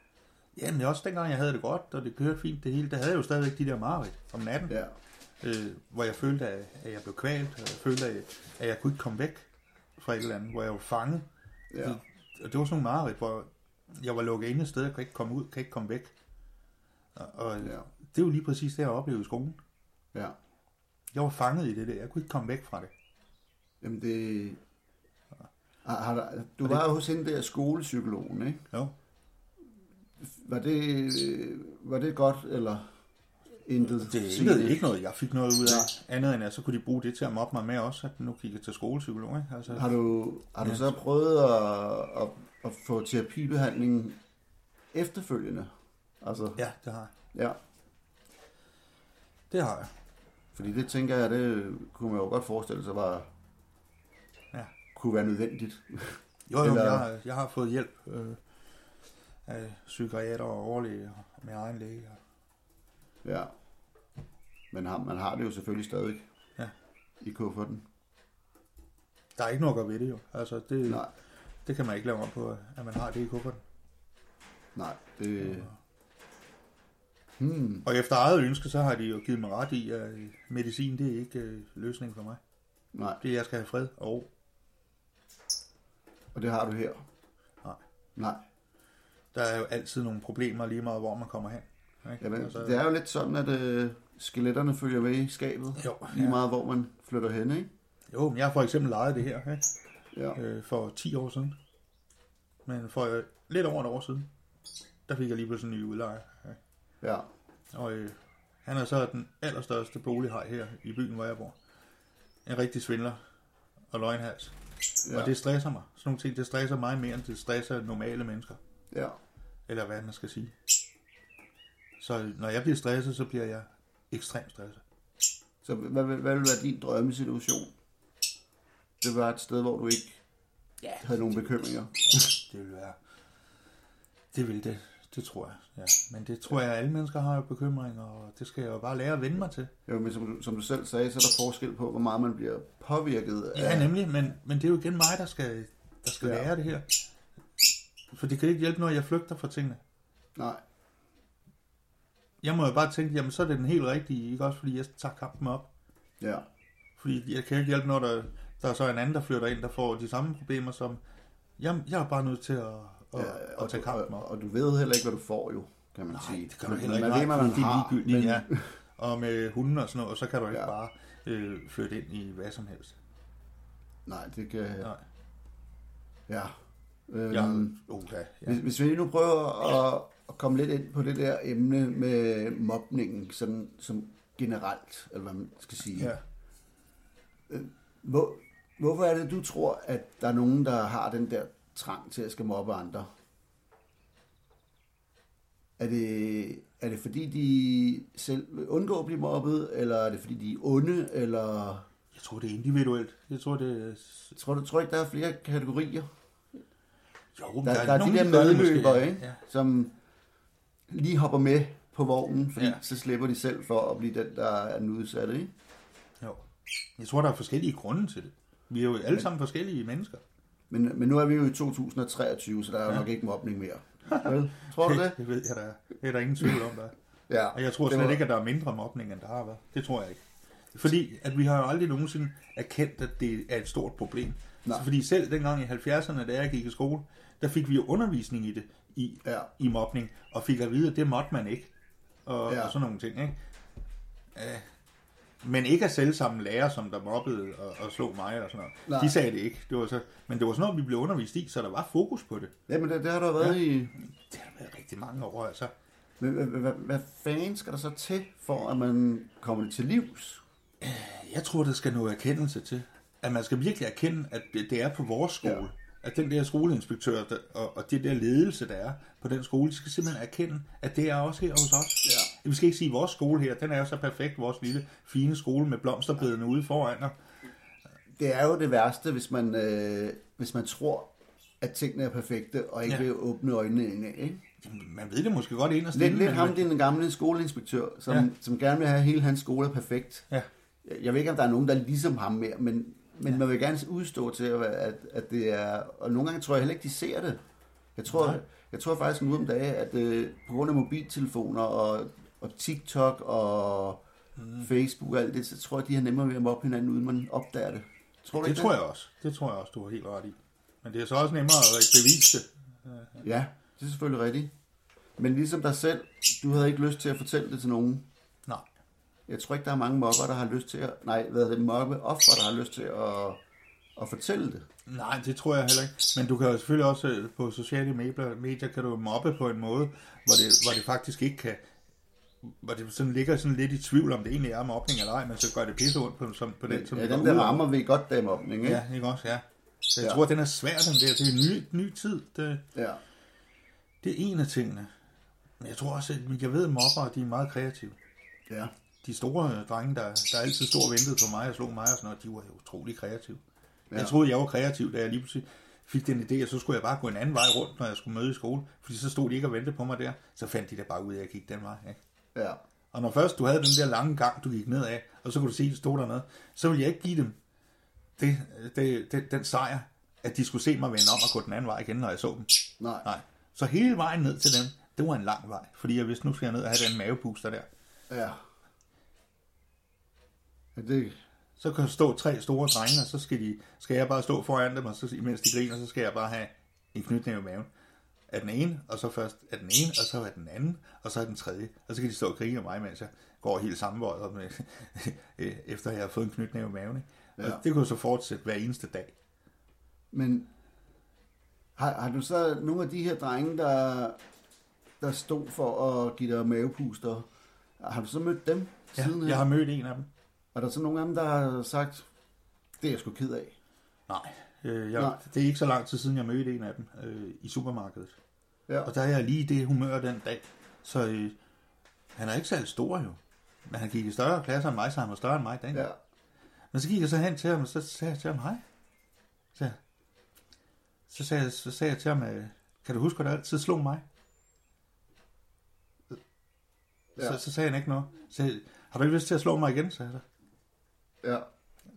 Ja, men også dengang, jeg havde det godt, og det kørte fint det hele, der havde jeg jo stadigvæk de der mareridt om natten, ja.
Ja,
øh, hvor jeg følte, at, at jeg blev kvalt, og jeg følte, at, at jeg kunne ikke komme væk fra et eller andet, hvor jeg var fanget.
ja.
Det, og det var sådan nogle mareridt, hvor jeg var lukket inde et sted, og kunne ikke komme ud, kan ikke komme væk. Og, og ja.
Ja.
det er jo lige præcis det, jeg oplevede i skolen.
ja.
Jeg var fanget i det der. Jeg kunne ikke komme væk fra det.
Jamen det... Har, har, der- du var jo hos hende der skolepsykologen, ikke?
Jo.
Var det, øh, var det godt, eller intet?
Det er
sigende?
ikke, ikke noget, jeg fik noget ud af. Andet end, at så kunne de bruge det til at mobbe mig med også, at nu gik jeg til skolepsykolog. Ikke? Altså,
Har du, har du så prøvet at, at, at få terapibehandling efterfølgende? Altså,
ja, det har jeg.
ja.
Det har jeg.
Fordi det tænker jeg, det kunne man jo godt forestille sig var,
Ja.
kunne være nødvendigt.
Jo, jo,
Eller-
jeg, har- jeg har fået hjælp øh, af psykiater og overlæge og min egen læge. Og,
Ja. Men har, man har det jo selvfølgelig stadig
Ja.
i kufferten.
der er ikke noget at gøre ved det jo. Altså, det,
Nej,
det kan man ikke lave om på, at man har det i kufferten.
nej.
Øh.
Det, hmm,
Og efter eget ønske, så har de jo givet mig ret i, at øh, medicin, det er ikke øh, løsningen for mig.
nej.
Det er, jeg skal have fred og ro.
Og det har du her?
Nej.
Nej.
Der er jo altid nogle problemer lige meget, hvor man kommer hen. Ikke?
Jamen, altså, det er jo lidt sådan, at øh, skeletterne følger med i skabet.
Jo,
Lige
ja.
meget, hvor man flytter hen, ikke?
jo, men jeg har for eksempel lejet det her ikke?
Ja.
Øh, for 10 år siden. Men for øh, lidt over et år siden, der fik jeg lige pludselig en ny udlejer. Ikke?
ja.
Og øh, han er så den allerstørste bolighaj her i byen, hvor jeg bor. En rigtig svindler og løgnhals. Ja.
Ja.
Og det stresser mig. Sådan nogle ting, det stresser mig mere, end det stresser normale mennesker.
ja.
Eller hvad man skal sige. Så når jeg bliver stresset, så bliver jeg ekstremt stresset.
Så hvad, hvad, hvad ville være din drømmesituation? Det var et sted, hvor du ikke
Ja,
havde nogen bekymringer.
Det vil være... Det vil det. Det tror jeg, ja. Men det tror jeg, at alle mennesker har jo bekymringer, og det skal jeg jo bare lære at vende mig til.
Jo, men som du, som du selv sagde, så er der forskel på, hvor meget man bliver påvirket
Ja,
af...
nemlig, men, men det er jo igen mig, der skal, der skal
Ja.
ja. lære det her. For det kan ikke hjælpe, når jeg flygter fra tingene.
Nej,
Jeg må jo bare tænke, jamen så er det den helt rigtige, ikke også? Fordi jeg tager kampen op.
ja.
Fordi jeg kan ikke hjælpe, når der, der er så en anden, der flytter ind, der får de samme problemer som... Jamen, jeg er bare nødt til at, at,
Ja,
ja, at tage
du, og,
kampen op.
og du ved heller ikke, hvad du får jo, kan man sige.
det kan du heller ikke.
Man ved, hvad man
det er
har,
ligegyldigt,
men-
ja. Og med hunden og sådan noget, og så kan du ikke
Ja.
ja. bare øh, flytte ind i hvad som helst.
Nej, det kan...
Nej.
Ja. Øhm,
Ja, okay. Ja.
Hvis, hvis vi lige nu prøver at, at komme lidt ind på det der emne med mobningen, sådan som generelt, eller hvad man skal sige.
ja.
Hvor, hvorfor er det, du tror, at der er nogen, der har den der trang til at skal mobbe andre? Er det, er det fordi, de selv vil undgå at blive mobbet, eller er det fordi, de er onde, eller...
Jeg tror, det er individuelt. Jeg tror, det er...
Tror du, tror du ikke, der er flere kategorier?
Jo, men
Der, der, der er de
nogen,
der
gør det måske,
medløbere,
ja.
ikke?
Ja.
som lige hopper med på vognen, fordi ja.
Ja.
så slipper de selv for at blive den, der er den udsatte. Ikke?
Jo. Jeg tror, der er forskellige grunde til det. Vi er jo alle sammen forskellige mennesker.
Men, men nu er vi jo i 2023, så der er ja. nok ikke mobning mere. Vel? Tror du det?
Det ved jeg da. Det er der ingen tvivl om, der er.
Ja.
Og jeg tror
Det
slet
var-
ikke, at der er mindre mobning, end der har været. Det tror jeg ikke. Fordi at vi har jo aldrig nogensinde erkendt, at det er et stort problem.
Nej.
Så fordi selv dengang i 70'erne, da jeg gik i skole, der fik vi jo undervisning i det, i,
Ja.
i mobning, og fik at vide, at det måtte man ikke. Og,
Ja.
ja. og sådan nogle ting, ikke? Øh, men ikke af selv samme lærer, som der mobbede og, og slog mig og sådan noget.
Nej.
Nej. De sagde det ikke. Det var så, men det var sådan noget, vi blev undervist i, så der var fokus på det.
Jamen, det, det har der været ja. i...
Det har der været rigtig mange år, altså.
Men hvad, hvad, hvad fanden skal der så til, for at man kommer det til livs?
Jeg tror, der skal noget erkendelse til. At man skal virkelig erkende, at det, det er på vores skole.
Ja.
Ja. At den der skoleinspektør der, og, og det der ledelse, der er på den skole, de skal simpelthen erkende, at det er også her hos os.
Ja.
Vi skal ikke sige, at vores skole her, den er jo så perfekt, vores lille fine skole med blomsterbedene ude foran. Og,
Det er jo det værste, hvis man, øh, hvis man tror, at tingene er perfekte, og ikke ja.
Ja.
vil åbne øjnene indad, ikke?
jamen, man ved det måske godt ind og
Lidt,
stille.
lidt
men-
ham, din gamle skoleinspektør, som, ja.
Ja.
som gerne vil have at hele hans skole er perfekt.
Ja.
Jeg, jeg ved ikke, om der er nogen, der er ligesom ham mere, men, men ja. man vil gerne udstå til, at, at, at det er... Og nogle gange tror jeg heller ikke, de ser det. Jeg tror,
Nej.
jeg tror faktisk nu om dagen, at øh, på grund af mobiltelefoner og, og TikTok og mm. Facebook og alt det, så tror jeg, de har nemmere ved at mobbe hinanden, uden man opdager det. Tror du
Det
ikke
tror jeg også. Det tror jeg også, du har helt ret i. Men det er så også nemmere at bevise det.
Ja, det er selvfølgelig rigtigt. Men ligesom dig selv, du havde ikke lyst til at fortælle det til nogen.
Nej.
Jeg tror ikke, der er mange mobber, der har lyst til at... Nej, hvad hedder det? Mobbe offer, der har lyst til at, at fortælle det.
Nej, det tror jeg heller ikke. Men du kan jo selvfølgelig også øh, på sociale medier, medier kan du mobbe på en måde, hvor det, hvor det faktisk ikke kan hvor det sådan ligger sådan lidt i tvivl, om det egentlig er mobning eller ej, men så gør det pisse ondt på, som, på den, som
Ja,
det
den
går
der
ud over.
rammer ved godt der mobning, ikke?
Ja, ikke også, ja. Så jeg
Ja.
ja. tror, den er svær, den der. Det er en ny, ny tid. Det,
ja.
det er en af tingene. Men jeg tror også, at jeg ved, at mobbere, de er meget kreative.
ja.
De store øh, drenge, der, der altid stod og ventede på mig og slog mig og sådan noget, de var jo utrolig kreative. Ja.
Ja.
Jeg troede, jeg var kreativ, da jeg lige pludselig fik den idé, at så skulle jeg bare gå en anden vej rundt, når jeg skulle møde i skole. Fordi så stod de ikke og ventede på mig der. Så fandt de da bare ud af, at jeg gik den vej. Ikke?
Ja.
Og når først du havde den der lange gang, du gik ned af, og så kunne du se, at de stod dernede, så ville jeg ikke give dem det, det, det, den sejr, at de skulle se mig vende om og gå den anden vej igen, når jeg så dem.
Nej.
Nej. Så hele vejen ned til dem, det var en lang vej. Fordi jeg vidste, nu skal jeg ned og have den mavepuster der.
Ja. ja det,
Så kan der stå tre store drenge, og så skal, de, skal jeg bare stå foran dem, og så, imens de griner, så skal jeg bare have en knytnæve i maven. Af den ene, og så først af den ene, og så af den anden, og så af den tredje. Og så kan de stå og grine af mig, mens jeg går helt sammenvøjet, med, efter jeg har fået en knytnæve i maven. Ikke? Og
Ja.
ja. det kunne så fortsætte hver eneste dag.
men har, har du så nogle af de her drenge, der, der stod for at give dig mavepuster, har du så mødt dem
Ja,
siden
øh, jeg
her?
har mødt en af dem.
Er der så nogle af dem, der har sagt, det er jeg sgu ked af?
Nej, øh, jeg,
Nej.
Nej. det er ikke så lang tid siden, jeg mødte en af dem øh, i supermarkedet.
Ja.
Og der er jeg lige i det humør den dag. Så øh, han er ikke særlig stor jo. Men han gik i større klasser end mig, så han var større end mig dengang. Ja.
Ja.
Men så gik jeg så hen til ham, og så sagde jeg til ham, hej. Så, så, sagde, jeg, så sagde jeg til ham, øh, kan du huske, at du altid slog mig?
Ja.
Ja. Så, så sagde han ikke noget. Så har du ikke lyst til at slå mig igen, sagde jeg så.
Ja.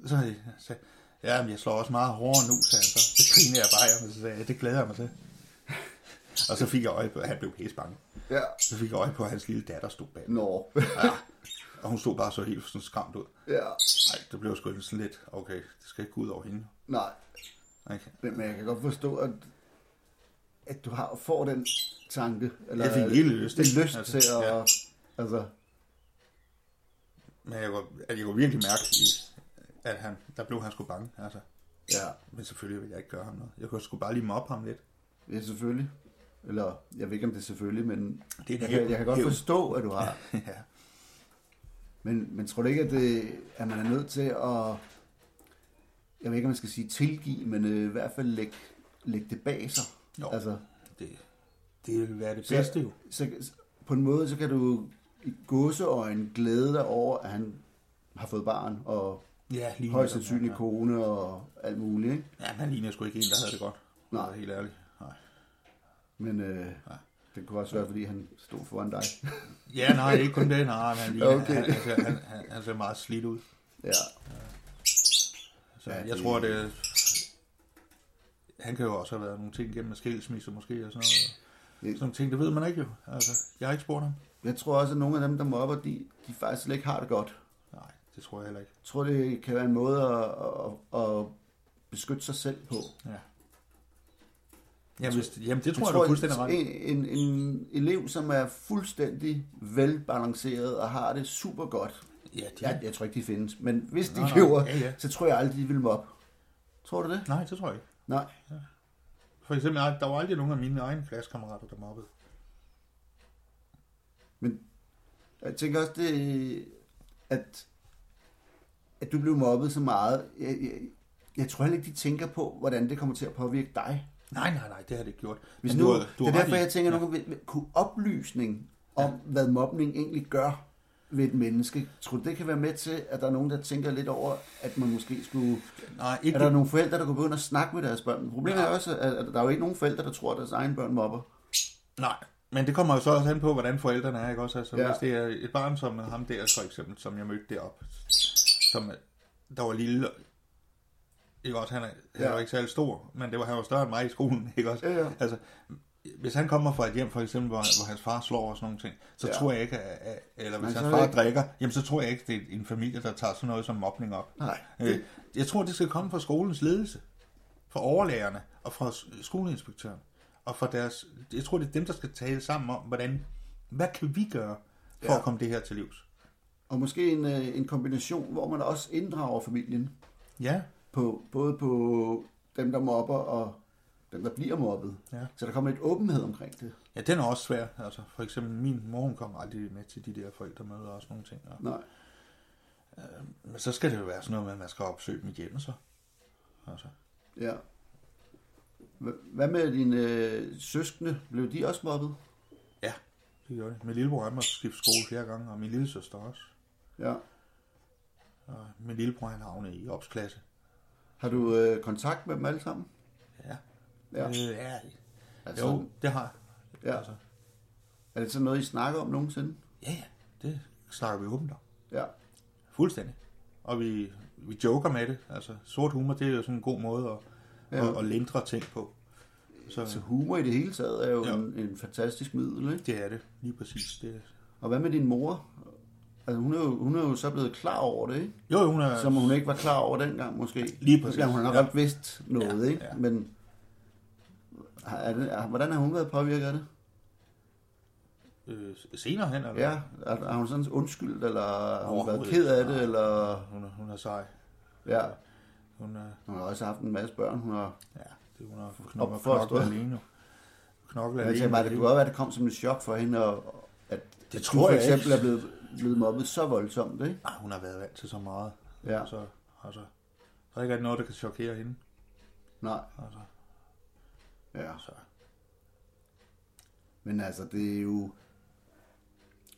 Så øh, sagde jeg, ja, men jeg slår også meget hårdere nu, sagde han så. Så grinede jeg bare, af ham, og så sagde jeg, det glæder jeg mig til. og så fik jeg øje på, at han blev pisse bange.
Ja.
Så fik jeg øje på, at hans lille datter stod bag.
Nå.
Og hun stod bare så helt sådan skræmt ud.
ja.
Nej, det blev sgu sådan lidt, okay, det skal ikke gå ud over hende.
Nej.
Okay.
Men men jeg kan godt forstå, at, at du har, får den tanke. Eller,
Jeg fik helt lyst,
Det
ikke?
lyst
Altså,
til at... Ja.
ja.
Altså,
Men jeg kunne, at jeg kunne virkelig mærke, i- at han, der blev han sgu bange. Altså.
ja.
Men selvfølgelig ville jeg ikke gøre ham noget. Jeg kunne sgu bare lige mobbe ham lidt.
Ja, selvfølgelig. Eller, jeg ved ikke, om det er selvfølgelig, men
Det er
jeg kan, jeg kan godt
hævn.
forstå, at du har.
ja.
Men, men tror du ikke, at, det, at man er nødt til at... Jeg ved ikke, om man skal sige tilgive, men øh, i hvert fald lægge, lægge det bag sig.
Jo.
Altså,
Det, det ville være det bedste jo.
så, på en måde, så kan du i godseøjen glæde dig over, at han har fået barn, og
Ja, lige
højst
netop,
sandsynligt
ja.
kone og alt muligt, ikke?
Ja, men han ligner sgu ikke en, der havde det godt.
Nej.
Altså, Helt ærligt. Nej.
Men øh, det kunne også være, fordi han stod foran dig.
Ja, nej, ikke kun det. Nej, men han, ligner,
Okay.
okay. han, han, ser- han, han, han, ser meget slidt ud.
ja.
Så
Ja,
ja, jeg
det-
tror, det... han kan jo også have været nogle ting gennem skilsmisse måske og sådan noget.
Det-
Sådan nogle ting, det ved man ikke jo. Altså, jeg har ikke spurgt ham.
Jeg tror også, at nogle af dem, der mobber, de, de faktisk slet ikke har det godt.
Nej, det tror jeg heller ikke.
Jeg tror, det kan være en måde at, at, at beskytte sig selv på.
Ja. Jamen, hvis, jamen det tror jeg,
Jeg
du er fuldstændig ret. i.
en, en, en elev, som er fuldstændig velbalanceret og har det super godt.
Ja, de,
Jeg, jeg tror ikke, de findes, men hvis de
Nå, nå.
gjorde,
Ja, ja.
så tror jeg aldrig, de ville mobbe. Tror du det?
Nej, det tror jeg ikke.
Nej.
For eksempel, nej, der var aldrig nogen af mine egne klassekammerater, der mobbede.
Jeg tænker også, det, at, at du blev mobbet så meget. Jeg, jeg, jeg tror heller ikke, de tænker på, hvordan det kommer til at påvirke dig.
Nej, nej, nej, det har det ikke gjort.
Hvis
Men
nu,
du
du,
har- du
det
har
er derfor,
ret i-
jeg tænker, at ja. kunne oplysning om, hvad mobning egentlig gør ved et menneske, tror du, det kan være med til, at der er nogen, der tænker lidt over, at man måske skulle...
Nej,
Er
ikke
der nogle forældre, der kunne begynde at snakke med deres børn? Problemet er også, at at der er jo ikke nogen forældre, der tror, at deres egen børn mobber.
Nej, men det kommer jo så også an på, hvordan forældrene er, ikke også? Altså, ja.
Ja.
hvis det er et barn som ham der, for eksempel, som jeg mødte deroppe, som der var lille, ikke også? Han, er, han
Ja.
var ikke særlig stor, men det var, han var større end mig i skolen, ikke også?
Ja, ja.
Altså, hvis han kommer fra et hjem, for eksempel, hvor, hvor hans far slår og sådan nogle ting, så ja.
Ja.
tror jeg ikke, at, at, eller hvis
så
hans
er det
far
ikke-
drikker, jamen så tror jeg ikke, det er en familie, der tager sådan noget som mobning op.
Nej.
Øh, jeg tror, det skal komme fra skolens ledelse, fra overlærerne og fra s- skoleinspektøren. Og fra deres, jeg tror, det er dem, der skal tale sammen om, hvordan, hvad kan vi gøre for ja.
Ja.
at komme det her til livs?
Og måske en, øh, en kombination, hvor man også inddrager familien.
Ja,
på, både på dem, der mobber og dem, der bliver mobbet.
Ja.
Så der kommer lidt åbenhed omkring det.
ja den er også svær. Altså, for eksempel, min mor hun kommer aldrig med til de der forældremøder og sådan nogle ting. Og,
Nej.
men så skal det jo være sådan noget med, at man skal opsøge dem igennem så. Altså,
Ja. Hva- Hvad med dine øh, søskende? Blev de også mobbet?
ja, det gør det. Min lillebror han måtte skifte skole flere gange, og min lille søster også.
Ja.
Og min lillebror han havnede i opsklasse.
Har du øh, kontakt med dem alle sammen?
Ja.
Ja.
Øh, ja.
Altså,
Jo, det har jeg.
Ja.
Altså,
Er det sådan noget, I snakker om nogensinde?
Ja, ja. Det snakker vi åbent om.
Ja.
Fuldstændig. Og vi, vi joker med det. Altså, sort humor, det er jo sådan en god måde at, ja.
Ja.
at, at lindre ting på.
Så
Så
Altså, humor i det hele taget er jo
Ja.
ja. en, en fantastisk middel, ikke?
det er det. Lige præcis. Det. er-
Og hvad med din mor? Altså, hun, er jo, hun er jo så blevet klar over det, ikke?
Jo, jo, hun er...
Som hun ikke var klar over dengang, måske.
Lige præcis.
Ja, hun har nok
Ja.
godt vidst noget,
Ja,
ja, ikke?
ja.
Ja. Men har- er det, er, hvordan har hun været påvirket af det?
Øh, senere hen, eller?
Ja, er, har hun sådan undskyldt, eller har hun været
Overhovedet
ked af
ikke.
det, eller...
Hun er, hun er sej.
Ja,
Hun er...
hun har også haft en masse børn, hun har...
Ja, det, hun har knoklet,
for at stå.
knoklet alene. Knoklet
Men jeg
alene.
tænker bare, Altså, det kunne godt være, at det kom som et chok for hende, og, at
Det
at
tror
hun for
jeg ikke.
eksempel er blevet, blevet mobbet så voldsomt, ikke?
Ej, hun har været vant til så meget.
Ja.
Så, altså, der er ikke rigtig noget, der kan chokere hende.
Nej,
Altså,
ja.
så.
Men altså, det er jo...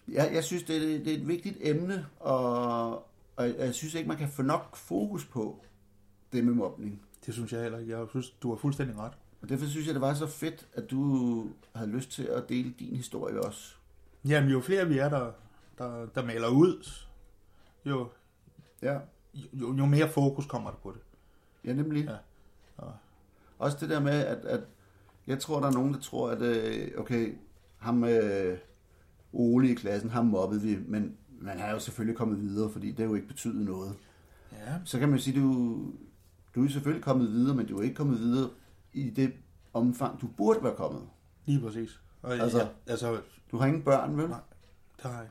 Jeg, jeg synes, det er, det er et vigtigt emne, og, og jeg synes ikke, man kan få nok fokus på det med mobning.
Det synes jeg heller ikke. Jeg synes, du har fuldstændig ret.
Og derfor synes jeg, det var så fedt, at du havde lyst til at dele din historie også.
Jamen, jo flere vi er, der, der, der maler ud, jo,
Ja,
jo, jo mere fokus kommer der på det.
ja nemlig.
Ja.
Ja.
Og-
Også det der med, at, at jeg tror, der er nogen, der tror, at øh, okay, ham øh, Ole i klassen, ham mobbede vi, men man har jo selvfølgelig kommet videre, fordi det har jo ikke betydet noget.
Ja,
så kan man sige, du, du er selvfølgelig kommet videre, men du er ikke kommet videre i det omfang, du burde være kommet.
lige præcis. Og, altså,
Altså-
ja, altså,
Du har ingen børn, vel?
Nej. der er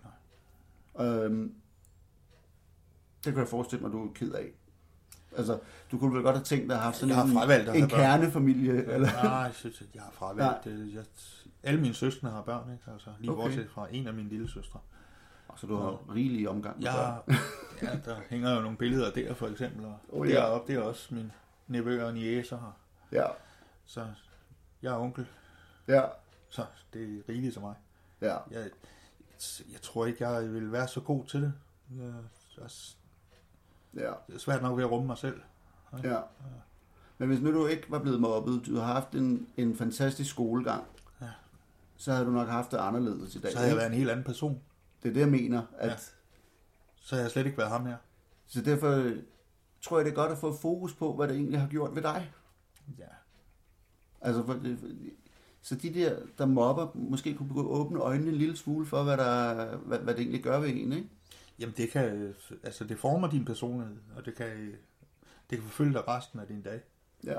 nej.
Øhm, det kan jeg forestille mig, du er ked af. Altså, du kunne vel godt have tænkt dig at have haft sådan
Jeg har
en,
fravalgt at
en
have børn.
kernefamilie, eller...
Nej, jeg synes, at jeg har
Nej.
fravalgt det. Jeg, alle mine søskende har børn, ikke? Altså, lige okay.
Okay.
bortset fra en af mine lille søstre.
Så du har rigelig omgang med børn.
Jeg, ja, der hænger jo nogle billeder der, for eksempel. Og oh,
Oh,
ja.
ja.
deroppe, det er også min nevøer og niæser her.
Ja,
Så jeg er onkel,
ja,
så det er rigeligt til mig.
ja.
Jeg, jeg tror ikke, jeg ville være så god til det. Jeg, jeg
Ja,
Det er svært nok ved at rumme mig selv.
ja. Men hvis nu du ikke var blevet mobbet, du har haft en, en fantastisk skolegang,
Ja.
så havde du nok haft det anderledes i dag.
Så havde jeg
ikke?
været en helt anden person.
Det er det, jeg mener, at
Ja. Så havde jeg slet ikke været ham her.
Så øh, derfor tror jeg, det er godt at få fokus på, hvad det egentlig har gjort ved dig.
Ja.
Altså, for, så de der, der mobber, måske kunne begå åbne øjnene en lille smule for, hvad, der, hvad, hvad det egentlig gør ved en, ikke?
Jamen det kan, øh, altså det former din personlighed, og det kan, øh, det kan forfølge dig resten af din dag.
Ja.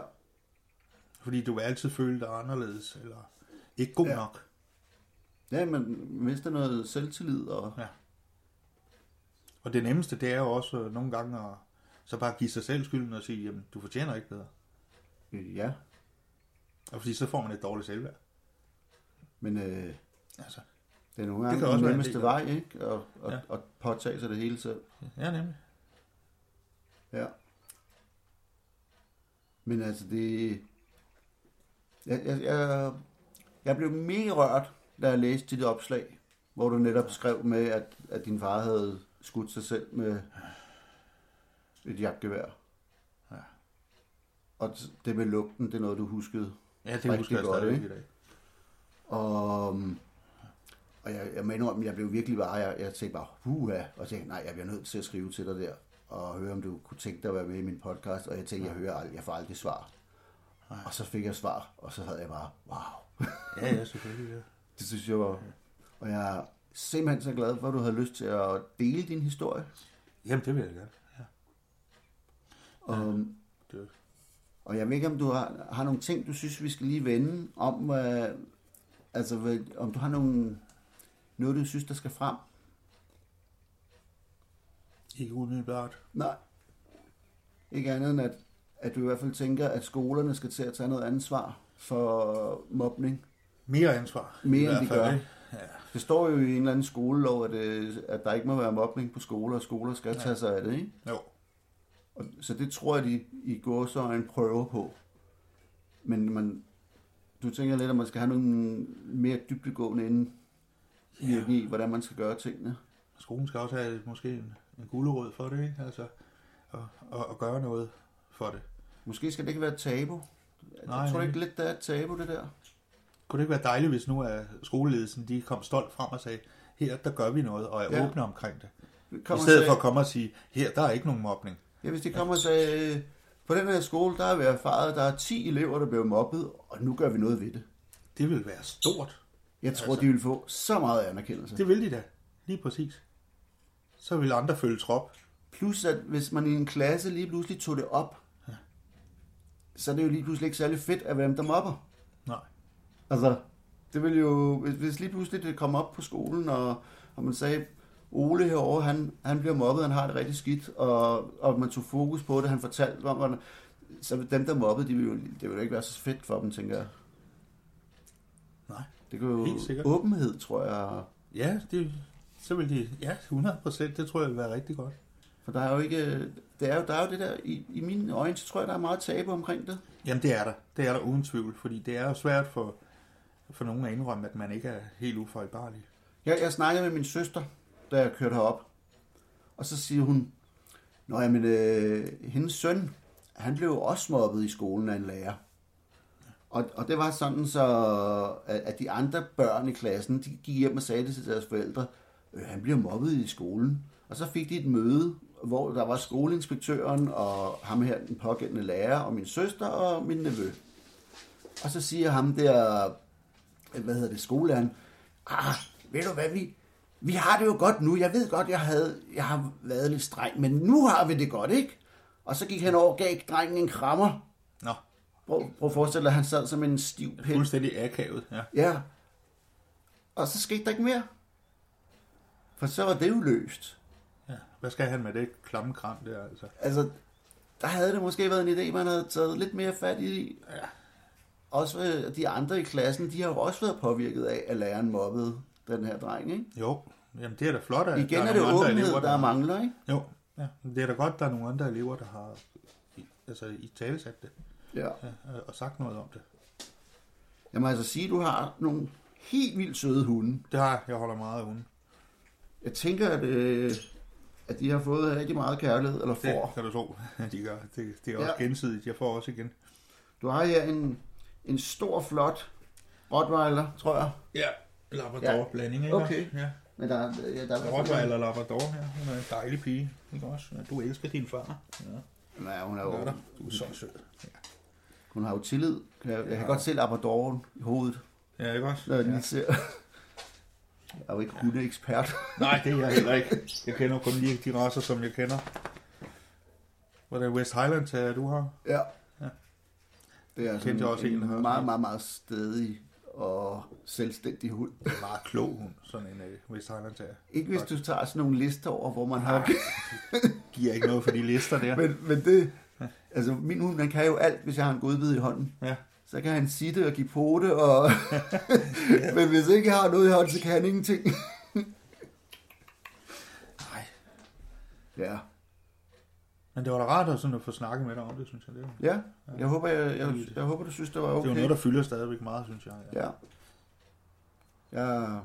Fordi du vil altid føle dig anderledes, eller ikke god
Ja.
ja. nok.
Ja, man mister noget selvtillid, og
Og det nemmeste, det er jo også øh, nogle gange at så bare give sig selv skylden og sige, jamen du fortjener ikke bedre.
øh, ja,
Og fordi så får man et dårligt selvværd.
men øh,
Altså,
det er nogle
Det
gange
kan også
den
være en
nemmeste
del
vej, ikke? Og, og,
Ja.
ja. og påtage sig det hele selv.
ja nemlig.
Ja. Men altså, det... Jeg, jeg, jeg, jeg blev mega rørt, da jeg læste dit opslag, hvor du netop skrev med, at, at din far havde skudt sig selv med et jagtgevær.
Ja.
Og det med lugten, det er noget, du huskede.
Ja, det
Rigtig
husker jeg
godt,
stadigvæk
ikke?
i dag.
Og, øhm, og jeg, jeg mener om, jeg blev virkelig bare, jeg, jeg tænkte bare, huha, og tænkte, nej, jeg bliver nødt til at skrive til dig der, og høre, om du kunne tænke dig at være med i min podcast, og jeg tænkte, jeg hører aldrig, jeg får aldrig svar. Og så fik jeg svar, og så havde jeg bare, wow.
Ja, ja, selvfølgelig. Ja.
Det synes jeg var, og jeg er simpelthen så glad for, at du havde lyst til at dele din historie.
Jamen det vil jeg gerne.
Og,
Det,
Øhm, og jeg ved ikke, om du har, har nogle ting, du synes, vi skal lige vende om, hvad, altså, hvad, om du har nogle, noget, du synes, der skal frem.
ikke umiddelbart.
Nej. Ikke andet end, at, at du i hvert fald tænker, at skolerne skal til at tage noget ansvar for mobning.
Mere ansvar. i
Mere, end
hvert
de
fald,
gør.
ikke?
Det står jo i en eller anden skolelov, at, øh, at der ikke må være mobning på skoler, og skoler skal
Ja.
tage sig af det, ikke?
Jo.
Og, så det tror jeg, de i går så en prøver på. Men man, du tænker lidt, at man skal have nogle mere dybdegående inden
Ja.
i, hvordan man skal gøre tingene.
Skolen skal også have måske en, en gulerod for det, ikke? Altså, og, og, og gøre noget for det.
Måske skal det ikke være et tabu. Nej,
Nej,
jeg tror
nej.
ikke lidt, der er et tabu, det der.
Kunne det ikke være dejligt, hvis nu at skoleledelsen de kom stolt frem og sagde, her der gør vi noget, og er
Ja.
ja. åbne omkring det.
Kom
I
og
stedet
se-
for at komme og sige, her der er ikke nogen mobning.
Ja, hvis de kommer og sagde, øh, på den her skole, der har vi erfaret, at der er 10 elever, der blev mobbet, og nu gør vi noget ved det.
Det vil være stort.
Jeg tror,
Altså.
de vil få så meget anerkendelse.
Det vil de da. Lige præcis. Så vil andre følge trop.
Plus, at hvis man i en klasse lige pludselig tog det op, så er det jo lige pludselig ikke særlig fedt at være dem, der mobber.
Nej.
Altså, det vil jo, hvis- hvis lige pludselig det kom op på skolen, og, og man sagde, Ole herovre, han, han bliver mobbet, han har det rigtig skidt, og, og man tog fokus på det, han fortalte om, hvordan, så vil dem, der mobbede, de vil jo, det vil jo ikke være så fedt for dem, tænker jeg.
Nej.
Det kan jo
Helt sikkert.
åbenhed, tror jeg.
Ja, det, så vil de, ja, 100 procent, det tror jeg vil være rigtig godt.
For der er jo ikke... øh, Det er jo, der er jo det der... I, i mine øjne, så tror jeg, der er meget tabu omkring det.
Jamen det er der. Det er der uden tvivl, fordi det er jo svært for, for nogen at indrømme, at man ikke er helt ufejlbarlig.
Jeg, jeg snakkede med min søster, da jeg kørte herop. Og så siger hun... Nå, jamen, øh, hendes søn, han blev jo også mobbet i skolen af en lærer. Og, og det var sådan så, at at de andre børn i klassen, de gik hjem og sagde det til deres forældre, øh, han bliver mobbet i skolen. Og så fik de et møde, hvor der var skoleinspektøren og ham her, den pågældende lærer, og min søster og min nevø. Og så siger ham der, øh, hvad hedder det, skolelæreren, ah, ved du hvad, vi, vi har det jo godt nu. Jeg ved godt, jeg, havde, jeg har været lidt streng, men nu har vi det godt, ikke? Og så gik han over og gav drengen en krammer.
Nå,
Prøv, prøv at forestille dig, at han sad som en stiv pind.
fuldstændig akavet, ja.
Ja. Og så skete der ikke mere. For så var det jo løst.
ja. Hvad skal han med det klamme kram der, altså?
Altså, der havde det måske været en idé, man havde taget lidt mere fat i.
Ja.
Også øh, de andre i klassen, de har jo også været påvirket af, at læreren mobbede den her dreng, ikke?
Jo, jamen det er da flot, at
Igen
der
er,
er,
det
nogle andre
åbenhed,
elever,
der, der mangler, ikke?
Jo, ja. Men det er da godt, der er nogle andre elever, der har i- altså, i tale sat det
Ja.
ja, og sagt noget om det.
Jeg må altså sige, at du har nogle helt vildt søde hunde.
Det har jeg. Jeg holder meget af hunde.
Jeg tænker, at, øh, at de har fået rigtig meget kærlighed, eller
Det
får.
kan du tro, de gør. Det, det er også
Ja.
ja. gensidigt. Jeg får også igen.
Du har her en, en stor, flot Rottweiler, tror jeg.
Ja, Labrador-blanding, ikke?
Okay.
Ja.
Men der, er- ja, der er
Rottweiler Labrador her. Hun er en dejlig pige. Ikke også? Ja, Du elsker din far. Ja,
Nej, hun er
det gør
jo...
du. Du er så sød.
Hun har jo tillid. Jeg, jeg kan godt se Labradoren i hovedet,
Ja, ikke også?
når jeg lige
Ja.
ser. Jeg er jo ikke hundeekspert.
Nej, det er jeg heller ikke. Jeg kender kun lige de raser, som jeg kender. Hvor der West Highland tager du har.
Ja.
Ja.
Det er
Kendte jeg også en, der har-
en meget, meget, meget stedig og selvstændig hund.
Det er en meget klog hund, sådan en øh, West Highland tager.
Ikke hvis du tager sådan nogle lister over, hvor
Ah.
man har...
Giver ikke noget for de lister der.
men, men det... Altså, min hund, den kan jo alt, hvis jeg har en godbid i hånden.
Ja.
Så kan han sitte og give pote, og... men hvis ikke jeg har noget i hånden, så kan han ingenting.
Nej.
ja.
Men det var da rart at, sådan at få snakket med dig om det, synes jeg. Det, var,
Ja, jeg håber, jeg, jeg, jeg, håber du synes, det var
okay. det
okay.
var noget, der fylder stadigvæk meget, synes jeg.
Ja. Jeg,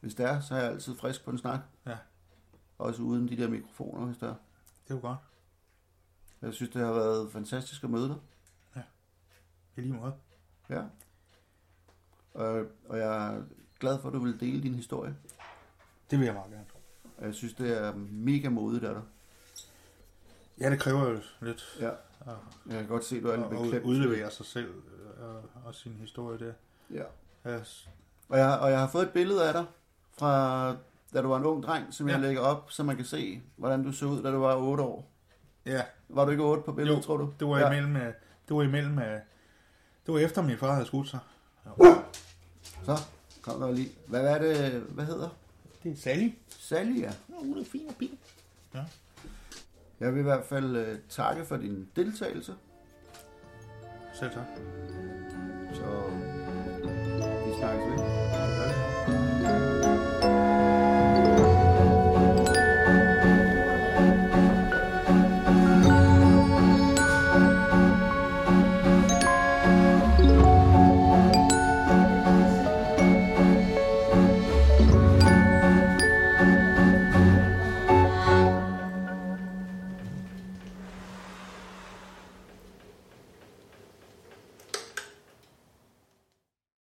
hvis det er, så er jeg altid frisk på en snak.
Ja.
Også uden de der mikrofoner, hvis det er.
Det er jo godt.
Jeg synes, det har været fantastisk at møde dig.
I lige måde.
Ja. Og, og jeg er glad for, at du vil dele din historie.
Det vil jeg meget gerne.
Og jeg synes, det er mega modigt af dig.
Ja, det kræver jo lidt
Ja.
at,
Jeg kan godt se, at du er lidt
at, at
beklemt.
udlevere sig selv øh, og, og sin historie der.
Ja.
Ja, s-
Og jeg, og jeg har fået et billede af dig, fra da du var en ung dreng, som ja. jeg
Ja.
lægger op, så man kan se, hvordan du så ud, da du var 8 år.
ja
Var du ikke 8 på billedet,
Jo,
tror du?
det var
ja.
imellem... øh, Det var imellem... øh, Det var efter, min far havde skudt sig. Uh!
Så, kom der lige. Hvad er det, hvad hedder?
Det er Sally.
Sally, ja.
Ja, hun er fin og pin.
Jeg vil i hvert fald øh, takke for din deltagelse.
Selv tak.
Så vi snakkes ved.